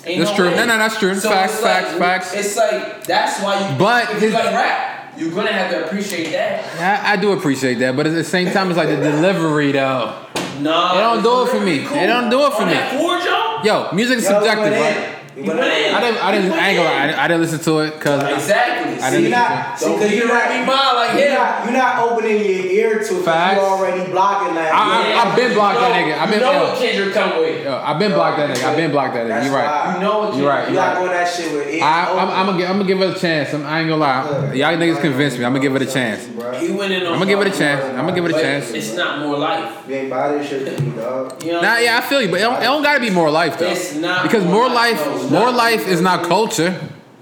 D: Ain't
B: That's
D: no
B: true.
D: Way.
B: No, no, that's true.
D: So
B: Facts,
D: it's like-
B: facts, facts.
D: It's like that's why you.
B: But
D: if you
B: his-
D: like rap, you're gonna have to appreciate that.
B: I, I do appreciate that, but at the same time, it's like the delivery though.
D: No,
B: It don't do it for me. It don't do it for
D: On
B: me.
D: That four jump,
B: Yo, music is
G: Yo, we
B: subjective,
G: went
B: right?
G: in.
D: You
G: We went
D: went
G: in.
D: in.
B: I didn't, I didn't, I ain't gonna lie, I didn't, I didn't listen to it because
D: exactly.
B: I
D: See,
B: didn't-
G: You're not, see,
D: Don't
G: cause
D: be
G: you're
D: rapping
G: not,
D: mine like
G: you're
D: him.
G: not, you're not opening your ear to it. 'cause
B: Facts.
G: You already blocking that.
B: I- I- I've been blocked that nigga. I've been-
D: You know
B: yo.
D: what Kendrick come with.
B: yo, I've been blocked that nigga. I've been blocked that nigga.
G: That's
B: You're right.
G: why.
D: You know what
B: You're right.
G: you
B: You're
G: not
B: right.
G: going that shit with ears
B: I, I'm,
G: open.
B: I'm, gonna, gi- I'm gonna give it a chance. I'm, I ain't gonna lie. Y'all niggas convinced me. I'm gonna give it a chance. I'm
D: He went in on.
B: gonna give it a
D: Pop,
B: chance. I'm gonna give it a
D: but
B: chance.
D: It's not more life.
G: You ain't buy this shit to me, dog.
D: You know.
B: Nah, yeah, I feel you, but it don't, it don't gotta be more life though.
D: It's not
B: Because more
D: more
B: life,
D: life, no, it's
B: more
D: not.
B: life is not culture.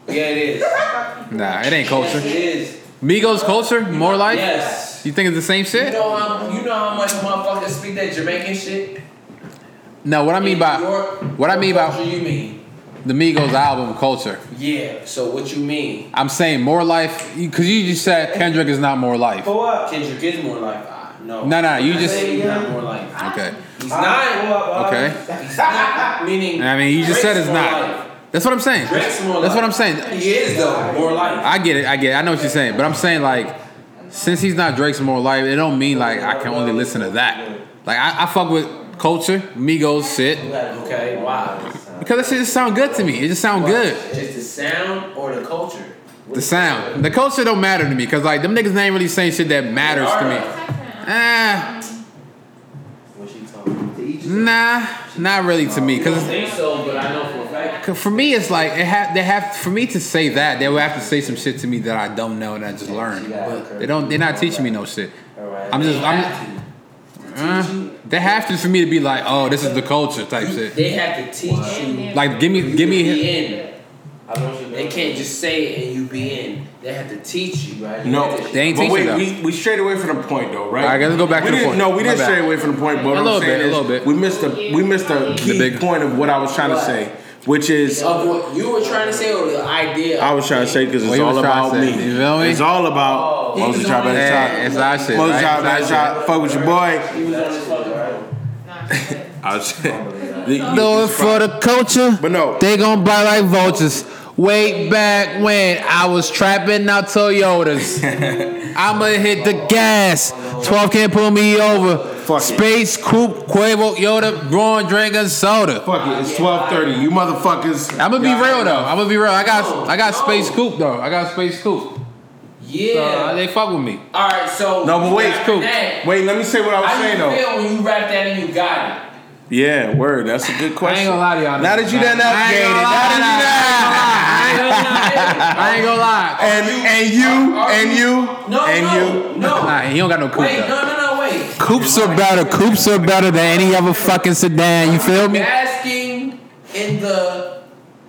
D: Yeah, it is.
B: Nah, it ain't
D: Yes, it
B: culture.
D: is.
B: Migos culture, more life.
D: Yes.
B: You think it's the same
D: You
B: shit?
D: know how you know how much motherfuckers speak that Jamaican shit.
B: No, what I mean
D: In New
B: by
D: York,
B: what I mean by-
D: culture you mean?
B: the Migos album culture.
D: Yeah. So what you mean?
B: I'm saying more life because you just said Kendrick is not more life.
G: Pull up.
D: Kendrick is more like ah, no.
B: No, no, you just-
D: he's not more like.
B: Okay,
D: He's
G: Pull
D: not.
G: up, dog.
B: okay.
D: He's not. Meaning.
B: I mean, you just said
D: Drake's
B: it's
D: more
B: not.
D: Like.
B: That's what I'm saying.
D: Drake's more
B: That's
D: like.
B: what I'm saying.
D: He is though more like.
B: I get it. I get. it. I know what you're saying, but I'm saying like, since he's not Drake's more life, it don't mean like I can only listen to that. Like I, I fuck with culture, Migos shit
D: Okay. Why?
B: because that shit just sound good to me. It just sound good.
D: Just the sound or the culture.
B: The sound, the culture don't matter to me because like them niggas ain't really saying shit that matters to me. Ah,
D: What she talking?
B: nah, not really to me
D: Don't
B: because
D: think so, but I know for a fact.
B: Cause for me, it's like it have they have for me to say that they would have to say some shit to me that I don't know and I just learned. They don't. They're not teaching me no shit. I'm just. I'm. Uh, they have to for me to be like, oh, this is the culture type shit.
D: They have to teach you.
B: Like, give me,
D: You
B: give me.
D: be in. They can't just say it and you be in. They have to teach you. Right?
A: No,
B: They ain't
A: but
B: teaching
A: wait,
B: that.
A: we, we strayed away from the point though, right?
B: All right, let's go back
A: we
B: to the
A: didn't-
B: point.
A: No, we
B: My
A: didn't
B: bad.
A: stray away from the point, but what
B: A
A: I'm
B: little
A: saying
B: bit, a
A: is
B: little bit.
A: we missed the we missed the key
B: big-
A: point of what I was trying to say, which is
D: Of what you were trying to say or the idea.
A: I was trying to say because
B: What
A: it's
B: you
A: all
B: was trying
A: about
B: to
A: me.
B: say, you feel me?
A: It's all about Moses
D: Oh, was
A: Chop
D: on
A: Better
D: his-
A: Chop.
B: Hey, it's our shit.
A: Moses
B: right?
A: Chop Better
B: It's our shit.
A: Chop. Fuck with your boy.
D: He was on his fucking.
A: I was
B: Do it for the culture.
A: But no.
B: They gonna buy like vultures. Way back when I was trapping out Toyotas. I'ma hit the gas. 12 can't pull me over.
A: Fuck it.
B: Space, Coop, Quavo, Yoda, Braun, Drink, and Soda.
A: Fuck it. It's twelve thirty. You motherfuckers.
B: I'ma be
A: Y'all- Oh,
B: real though. I'ma be real. I got I got Space Coop though. I got Space Coop. So uh,
D: Yeah.
B: they fuck with me.
D: All right. So
A: No, but wait.
D: after
B: Cool.
D: that,
A: Wait, let me say what I was
D: How
A: saying
D: you
A: though.
D: feel when you rap that and you got it?
A: Yeah, word. That's a good
B: I
A: question.
B: ain't gonna lie to y'all.
A: Now that you done
B: I
A: upgraded,
B: ain't gonna
A: now that you done.
B: lie. I ain't gonna
A: And and you
B: lie.
D: Are
A: and
D: you-
A: you
D: No,
A: and
D: no,
A: you.
D: no.
B: Nah, he don't got no Coop
D: Wait,
B: though.
D: no, no, no, wait.
B: Coops are better. Coops are better than any other fucking sedan. You feel me?
D: Basking in the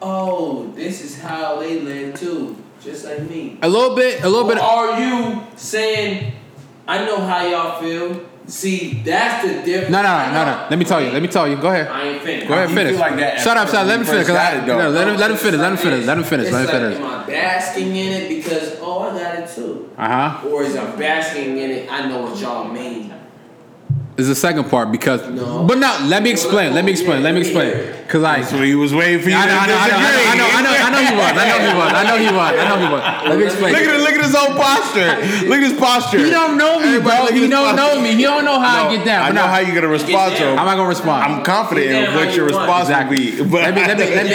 D: oh, this is how they live too, just like me.
B: A little bit. A little
D: But
B: bit.
D: are you saying I know how y'all feel? See, that's the difference.
B: No, no, no, no, no. Let me tell you. Let me tell you. Go ahead.
D: I ain't finished.
B: Go ahead.
A: You feel
B: Finish.
A: like that
B: Shut up.
A: after
B: Shut up. Let
A: you
B: me finish.
A: first
B: 'cause I,
A: got it, though.
B: no, let him. Let him finish. Let him
D: It's like
B: finish. Let him finish.
D: this.
B: Let
D: It's
B: him
D: like,
B: finish.
D: Am I basking in it because oh I got it too,
B: Uh huh.
D: or is I basking in it? I know what y'all mean.
B: Is the second part because.
D: No.
B: But no. Let me explain. Let me explain. Let me explain. Cause like.
A: So he was waiting for you.
B: I know, I
A: to
B: know, I know,
A: disagree.
B: I know, I know, I know, I know he was. I know he was. I know he was. I know he was. Let me explain.
A: Look at it, look at his own posture. Look at his posture.
B: He don't know me,
A: Everybody
B: bro.
A: look at
B: He
A: his posture.
B: don't know me. He don't know how I get down.
A: I
B: But
A: know
B: no,
A: how you're gonna respond to
B: I'm
A: him.
B: not gonna respond.
A: I'm confident in what your response will be. But
B: Let me, let me, let me,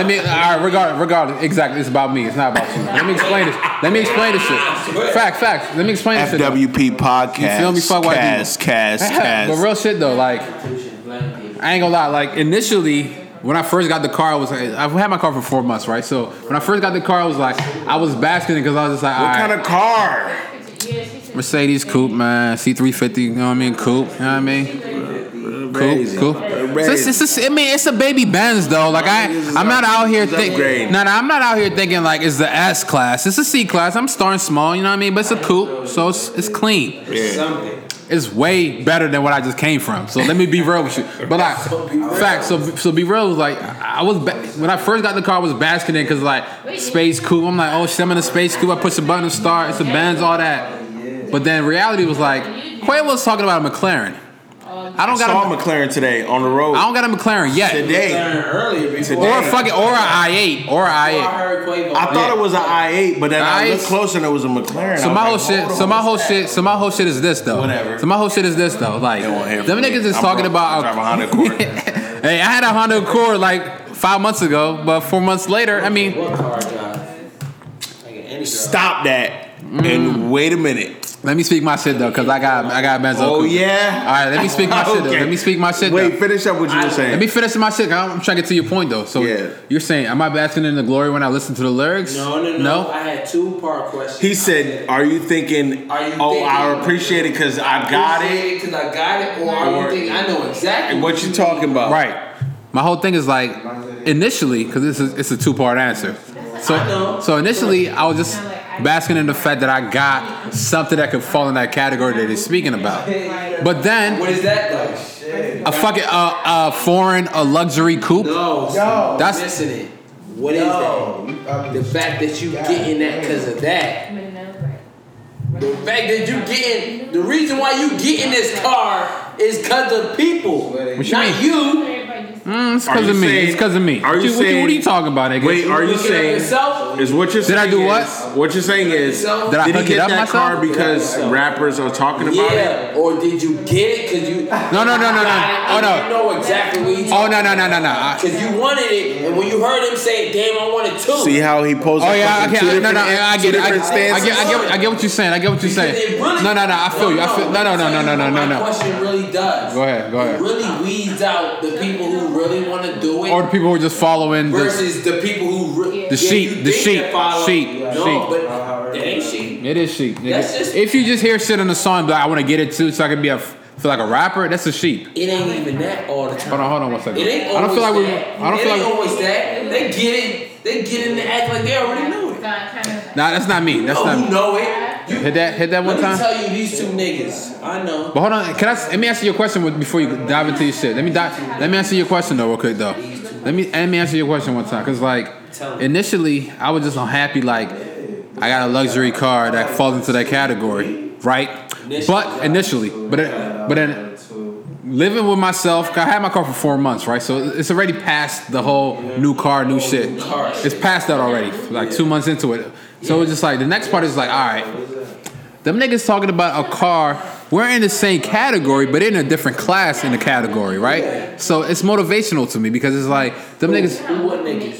B: let me, all right, regardless, regardless, exactly, it's about me, it's not about you. Let me explain this, let me explain this shit. Facts, facts, let me explain this shit. though.
A: FWP podcast.
B: You feel me? Fuck white people.
A: Cast, cast,
B: but
A: cast.
B: real shit though, like, I ain't gonna lie, like, initially, when I first got the car, I was like, I've had my car for four months, right? So, when I first got the car, I was like, I was basking because I was just like, all
A: What
B: right,
A: kind of car?
B: Mercedes coupe, man, C350, you know what I mean? Coupe, you know what I mean? Cool,
A: Crazy.
B: cool.
A: Crazy.
B: It's, it's, it's, I mean, it's a baby Benz though. Like I, I'm not out here
A: It's
B: thinking.
A: upgrading.
B: No, no, I'm not out here thinking like it's the S class. It's a C class. I'm starting small. You know what I mean? But it's a coupe, so it's, it's clean.
D: Something.
B: It's way better than what I just came from. So let me be real with you. But like, facts. So so be real. Like I was ba- when I first got the car, I was basking in because like space coupe. I'm like, oh shit, I'm in a space coupe. I push the button to start. It's a Benz, all that. But then reality was like, Quay was talking about a McLaren. I
A: I
B: don't got a
A: saw McLaren today on the road.
B: I don't got a McLaren yet.
A: today.
D: Earlier before
B: Or a
A: Today.
B: fucking or a i8 or a
D: I
B: i8.
D: heard Quavo.
A: I thought it was an I8, but then I
B: Nice.
A: looked closer and it was a McLaren.
B: So
A: I
B: my whole
A: was like,
B: shit.
A: hold
B: So
A: on.
B: my whole shit. So my whole shit is this though.
A: Whatever.
B: So my whole shit is this though. Like
A: They won't hear
B: them
A: from me.
B: niggas is
A: I'm
B: talking
A: broke.
B: about.
A: I drive a Honda Accord.
B: hey, I had a Honda Accord like five months ago, but four months later, I mean,
D: What car drive? Like an any girl.
A: Stop that
B: Mm-hmm.
A: and wait a minute.
B: let me speak my shit though, cause I got I got
A: Oh
B: Benzo. coupe. All
A: yeah.
B: right, let me speak my shit though.
A: Okay.
B: Let me speak my shit.
A: Wait,
B: though.
A: finish up what you were saying.
B: Let me finish my shit. I'm trying to get to your point though. So
A: Yeah.
B: you're saying, am I basking in the glory when I listen to the lyrics?
D: No, no, no. I had two part questions.
A: He said, "Are you thinking?
D: Are you
A: oh,
D: thinking-
A: I appreciate it because I got it.
D: because I got it, or, I
A: Or-
D: don't think I know exactly
A: And what you talking about?
B: Right. My whole thing is like initially because this is it's a two part answer. So so initially I was just basking in the fact that I got something that could fall in that category that they're speaking about. But then
D: What is that like?
B: a fucking uh, a foreign a luxury coupe.
D: No,
J: Yo.
B: That's-
D: that's missing it. What is
J: Yo.
D: that? The fact that you getting that because of that. The fact that you getting the reason why you getting this car is because of people,
B: you
D: not
B: mean?
D: you.
B: Mm, it's
A: Are
B: because
A: you
B: of me.
A: saying-
B: it's because of me.
A: are
B: what,
A: you
B: you, what
A: saying-
B: what are you talking about? Nigga?
A: Wait, are you
D: Looking at
A: saying
D: yourself?
A: is what you're
B: Did I
A: saying?
B: do what?
A: is- what you're saying is
D: Did
B: I
A: did he
B: hook it
A: get
B: up
A: that
B: myself?
A: car because rappers are talking about it?
D: Yeah, or did you get it because you?
B: No, no, no, no, no.
D: Got it,
B: Oh, no.
D: and You know exactly what you.
B: Oh no no no no no. I,
D: Because you wanted it, and when you heard him say, it, "Damn, I wanted two.
A: See how he posed.
B: Oh
A: up
B: yeah,
A: fucking
B: okay.
A: two
B: I, no,
A: different-
B: no, I
A: two
B: get it. I, I,
A: different
B: get, I
A: stances?
B: get, I get what you're saying. I get what you're saying.
D: It really-
B: No, no, no. I feel you. I feel. No, no, no, no, no, no, no,
D: My
B: no.
D: question really does.
B: Go ahead, go ahead.
D: It really weeds out the people who really want to do it.
B: Or the people who are just following the,
D: versus the people who re-
B: the
D: you
B: sheep, the
D: think
B: sheep,
D: that follow-
B: sheep,
D: No,
B: sheep.
D: but it ain't sheep.
B: It is sheep. Nigga.
D: That's just-
B: if you just hear shit in the song, be like I want to get it too, so I can be a feel like a rapper. That's a sheep.
D: It ain't even that all the time.
B: Hold on, hold on one second.
D: It ain't
B: I don't
D: always
B: feel like we.
D: that.
B: I don't
D: it
B: feel
D: ain't
B: like.
D: always that. They get it. They get in and act like they already know it.
B: Nah, that's not me. That's
D: oh,
B: not
D: you
B: me.
D: know it. You,
B: Hit that. Hit that one
D: let me
B: time.
D: tell you, these two niggas. I know.
B: But hold on. Can I? s- Let me answer your question with- before you dive into your shit. Let me dive, Let me answer your question though, real quick though. Let me let me answer your question one time, cause like initially I was just unhappy. Like I got a luxury car that falls into that category, right? But initially, but it, but then living with myself. I had my car for four months, right? So it's already past the whole new car, new shit. It's past that already. Like two months into it. So it's just like the next part is like, all right, them niggas talking about a car. We're in the same category, but in a different class in the category, right? So it's motivational to me because it's like them niggas,
D: Who what niggas?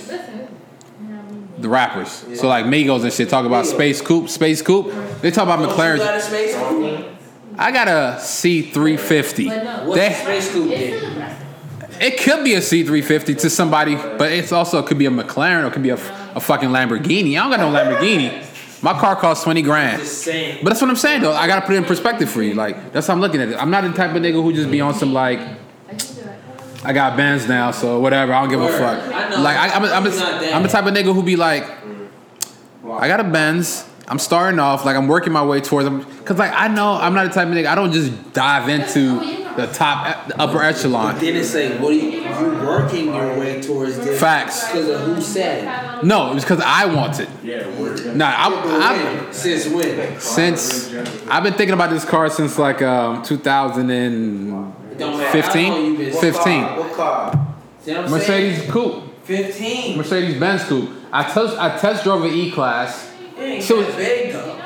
B: the rappers. So like Migos and shit talk about space coupe, space coupe. They talk about
D: You got
B: McLaren.
D: a space coupe?
B: I got a C350.
D: What's a
B: That,
D: space coupe then?
B: It could be a C350 to somebody, but it's also it could be a McLaren or it could be a, a fucking Lamborghini. I don't got no Lamborghini. My car costs twenty grand.
D: Just saying.
B: But that's what I'm saying though. I gotta put it in perspective for you. Like that's how I'm looking at it. I'm not the type of nigga who just be on some like. I got bands now, so whatever. I don't give a
D: Word.
B: fuck.
D: I know.
B: Like I, I'm, a, I'm,
D: I'm not
B: a,
D: that.
B: I'm the type of nigga who be like, I got a Benz. I'm starting off like I'm working my way towards them because like I know I'm not the type of nigga. I don't just dive into the top e, the upper echelon.
D: Then it's like, what are you, you working your way towards this?
B: Facts.
D: Because of who said
B: No, it was because I want it. Yeah, nah, I,
D: it? Since when?
B: I, since I've been thinking about this car since like um, 2015.
D: Don't matter. How long you been-
B: 15.
G: What car?
D: See what I'm saying?
B: Mercedes coupe,
D: 15.
B: Mercedes Benz coupe. I test I test drove an E class.
D: It ain't
B: So-
D: that big though.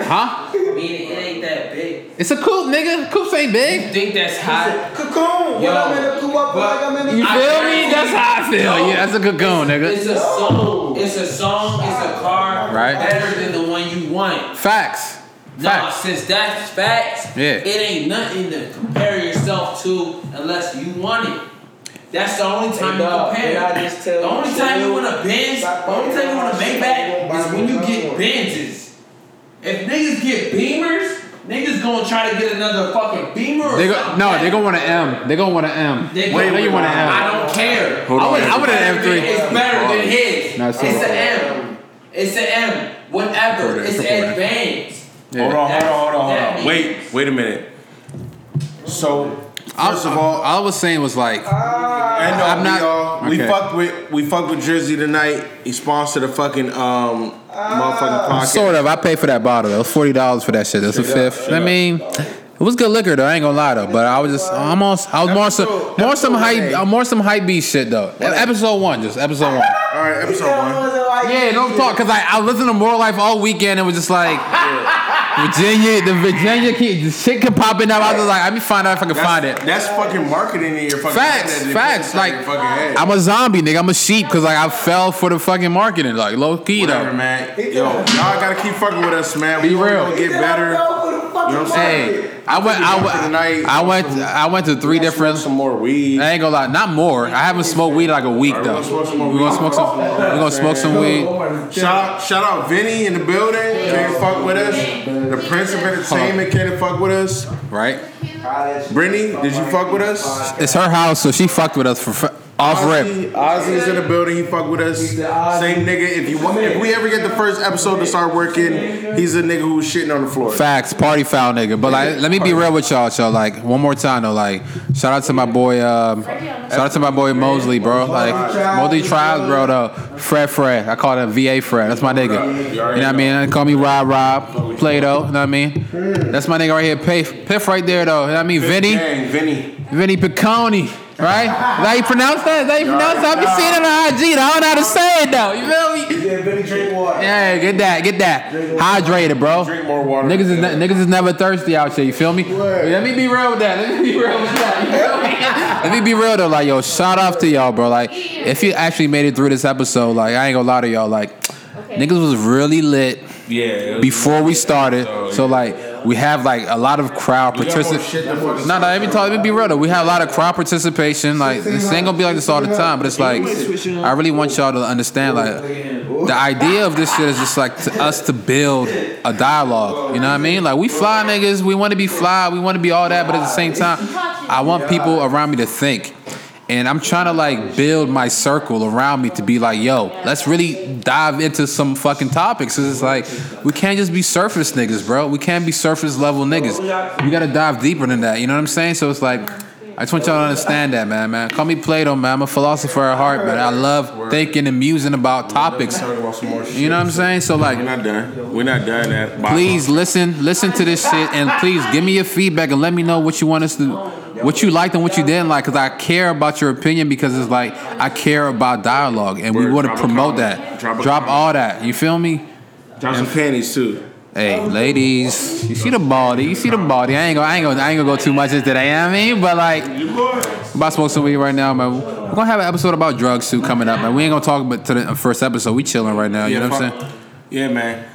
B: Huh?
D: I mean, it ain't that big.
B: It's a coupe, nigga. Coupes ain't big.
D: Think that's hot?
G: Cocoon. When
D: Yo.
G: I'm in the coupe, I feel like I'm in
B: You
G: the.
B: feel me? That's how I feel. Yeah, that's a cocoon,
D: It's
B: nigga.
D: a song. It's a song. It's a car.
B: Right.
D: Better than the one you want.
B: Facts.
D: Nah,
B: Facts.
D: since that's facts,
B: Yeah.
D: it ain't nothing to compare yourself to unless you want it. That's the only time
G: Hey,
D: you
G: dog,
D: compare.
G: can I just tell
D: the
G: you
D: only time you want a Benz, the
G: Stop
D: only time you want a
G: buying
D: Maybach
G: one.
D: is when you get
G: Buy one.
D: Benzes. If niggas get Beamers, niggas gonna try to get another fucking Beamer. Or
B: They go,
D: something.
B: no, they gonna want an M. They gonna want an M.
D: They
B: Wait, no, you want an
D: I
B: M.
D: don't care.
A: Hold
B: I
A: on.
B: would, I would have an M3.
D: It's better than his.
B: No, it's
D: it's
B: not.
D: an M. It's an M. Whatever.
B: Recorder,
D: It's
B: it's recording.
D: advanced.
A: Hold on, hold
D: That's-
A: on, hold on, hold
D: that
A: on. Wait, wait a minute. So,
B: I-
A: first of all,
B: all I was saying was like,
A: end
B: I'm
A: up
B: not-
A: we all we
B: okay.
A: fucked with we fucked with Drizzy tonight. He sponsored a fucking um motherfucking podcast.
B: Sort of. I paid for that bottle. It was forty dollars for that shit. That's a fifth. I mean, it was good liquor though. I ain't gonna lie though. But I was just I'm almost I was more some
A: Episode-
B: more some
A: episode
B: hype
A: eight.
B: uh, more some hype beat shit though. E- Episode one, just episode one.
A: All right, episode one.
B: Yeah, don't talk because I I listened to More Life all weekend. It was just like Virginia, the Virginia key, the shit kept popping up. I was like, let me find out if I can find it.
A: That's fucking marketing in your fucking
B: Facts,
A: head.
B: facts. Like
A: your fucking head.
B: I'm a zombie, nigga. I'm a sheep because like I fell for the fucking marketing, like low key
A: Whatever,
B: though.
A: man. Yo, y'all gotta keep fucking with us, man. We
B: Be
A: only
B: real.
A: gonna get better. You know what I'm saying?
B: Hey, I went. I went.
A: Tonight,
B: I went. I went to three
A: Smoke
B: different.
A: some more weed.
B: I ain't gonna lie, not more. I haven't smoked weed in like a week
A: Alright,
B: though.
A: we're gonna smoke some more
B: We're gonna
A: weed.
B: smoke some. We're gonna smoke some weed.
A: Shout out, shout out Vinny in the building. Can't fuck with us. The Prince of Entertainment can't fuck with us.
B: Right?
A: Brittany, did you fuck with us?
B: It's her house, so she fucked with us for f- off rip.
A: Ozzy, Ozzy's in the building. He fuck with us. Same nigga. If you want, if we ever get the first episode to start working, he's a nigga who's shitting on the floor.
B: Facts, party foul, nigga. But like, let me be real with y'all, y'all. Like, one more time though. Like, shout out to my boy. Um, shout out to my boy Mosley, bro. Like, Mosley Trials, bro. Though, Fred, Fred. I call him VA Fred. That's my nigga. You know what I mean? Call me Rob, Rob, Play Doh. You know what I mean? That's my nigga right here. Piff, Piff right there though. You know what I mean? Vinny.
A: Gang, Vinny.
B: Vinny Piccone, right? Is that how you pronounce that? Is that how you pronounce that? I be seeing it on IG. though. I don't know how to say it though. You feel me?
G: Yeah, Benny drink water.
B: Yeah, get that, get that. Hydrated, bro.
A: Drink more water.
B: Niggas is, ne- niggas is never thirsty out here, you feel me? Let me be real with that. Let me be real with that. you feel me? Let me be real though, like yo, shout out to y'all, bro. Like, if you actually made it through this episode, like I ain't gonna lie to y'all, like niggas was really lit
A: Yeah.
B: before we started. So like We have like a lot of crowd
A: You got more shit
B: participation.
A: than fucking
B: No, no, every time, let me be real though. We have a lot of crowd participation. Like, this ain't gonna be like this all the time, but it's like, I really want y'all to understand, like, the idea of this shit is just like to us to build a dialogue. You know what I mean? Like, we fly niggas, we wanna be fly, we wanna be all that, but at the same time, I want people around me to think. And I'm trying to like build my circle around me to be like, yo, let's really dive into some fucking topics. 'Cause it's like, we can't just be surface niggas, bro. We can't be surface level niggas. We gotta dive deeper than that. You know what I'm saying? So it's like, I just want y'all to understand that, man, man. Call me Plato, man. I'm a philosopher at heart, man. I love thinking and musing about topics. You know what I'm saying? So like,
A: We're not done. We're not done at bottom.
B: please listen listen to this shit and please give me your feedback and let me know what you want us to what you liked and what you didn't like because i care about your opinion because it's like i care about dialogue and we
A: Word,
B: want to
A: drop a
B: promote
A: comment.
B: that
A: Drop
B: drop,
A: a
B: all that you feel me
A: Drop some panties too.
B: Hey, ladies, you see the body, you see the body. I ain't gonna, I ain't gonna, I ain't gonna go too much into that. You know what I mean, but like, I'm about to smoke some weed right now, man. We're gonna have an episode about drugs too coming up, man. We ain't gonna talk about to the first episode. We chilling right now. You know what I'm saying?
A: Yeah, man.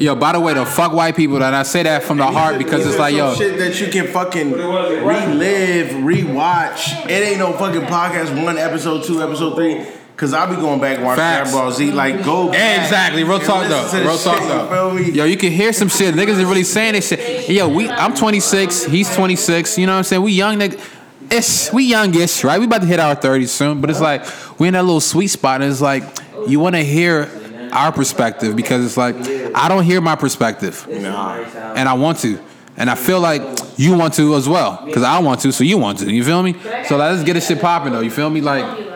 B: Yo, by the way, the fuck white people, and I say that from the heart because it's like, yo,
A: shit that you can fucking relive, rewatch. It ain't no fucking podcast one, episode two, episode three. Cause I'll be going back and watch
B: Facts.
A: Dragon Ball Z. Like go back
B: exactly. Real
A: and
B: talk
A: listen
B: though.
A: to the
B: Real talk
A: shit,
B: though.
A: you feel me?
B: Yo, you can hear some shit. Niggas is really saying this shit. Yo, we, I'm 26. He's 26. You know what I'm saying? We young niggas. Ish, we youngish, right? We about to hit our 30s soon, but it's like we in that little sweet spot, and it's like you want to hear our perspective because it's like I don't hear my perspective, and I want to, and I feel like you want to as well because I want to, so you want to. You feel me? So like, let's get this shit popping though. You feel me? Like.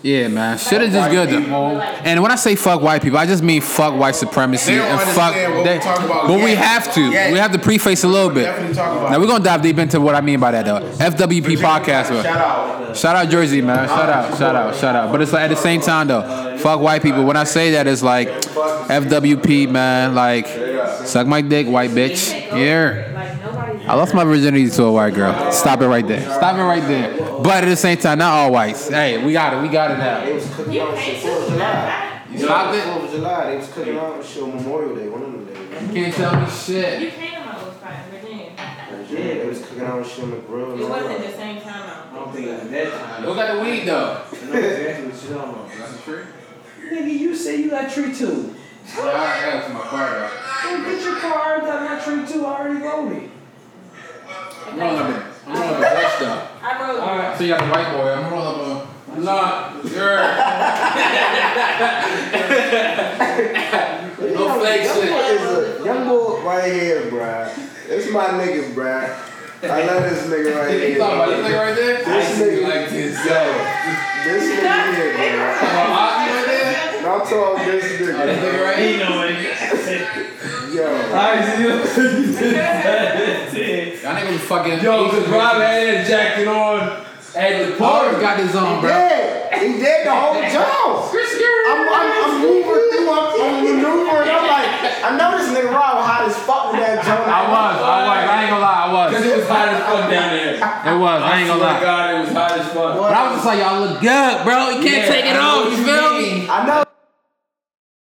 B: Yeah, man. Shit is just good though. And when I say fuck white people, I just mean fuck white supremacy
A: They don't
B: and fuck.
A: understand what we
B: they-
A: talk about
B: but we
A: yet.
B: have to.
A: Yet.
B: We have to preface a little bit.
A: definitely talk about
B: Now we're gonna dive deep into what I mean by that though. FWP podcast.
A: Shout
B: Bro.
A: out.
B: Shout out Jersey, man. Shout out, shout out, shout out. But it's like at the same time though, fuck white people. When I say that, it's like FWP, man. Like suck my dick, white bitch. Yeah. I lost my virginity to a white girl. Stop it right there. Stop it right there. But at the same time, not all whites. Hey, we got it. We got it now.
E: You pay too. you not bad.
B: Stop it.
J: Fourth of July, they was cooking out and shit on Memorial Day, one of them days.
B: Can't tell me shit.
E: You came out with five, but then
J: Yeah, they was cooking out and shit on the grill. and
E: it
J: all
E: wasn't
J: that.
E: the same time.
D: I don't think it's that time.
B: Who got the weed though?
D: I know exactly what you're talking about. That's a tree? Nigga, you say you got tree two. Well, get your car. I got my tree two. I already wrote it.
B: I'm rolling up a- I'm rolling up a Dutch though.
E: I wrote.
B: So you got the white boy. I'm rolling up a. Nah, girl. No fake shit.
J: Young boy is a young boy right here, bruh. It's my nigga, bruh. I love this nigga right here.
B: You talking about this nigga right there?
J: This nigga
B: like this.
J: Yo, this nigga here, bruh.
B: Ozzy right there?
J: Now I'm talking this
B: This
J: nigga.
B: nigga right here?
J: Yo,
B: Y'all niggas was fucking.
D: Yo, cause Rob had that jacket on at the
B: Always
D: party.
B: got this on,
J: he
B: bro.
J: dead. He dead the whole job. I'm, I'm, I'm moving through, I'm, I'm maneuvering. I'm like, I know this nigga Rob hot as fuck with that joint.
B: I was, I was. I ain't gonna lie, I was.
D: Cause it was hot as fuck down there.
B: It was, I ain't gonna
D: Swear to
B: lie.
D: God, it was hot as fuck.
B: But I was just like, y'all look good, bro. You can't
D: Yeah,
B: take it
D: I know
B: off,
D: what
B: you
D: you
B: feel
D: mean.
J: I
B: me?
J: know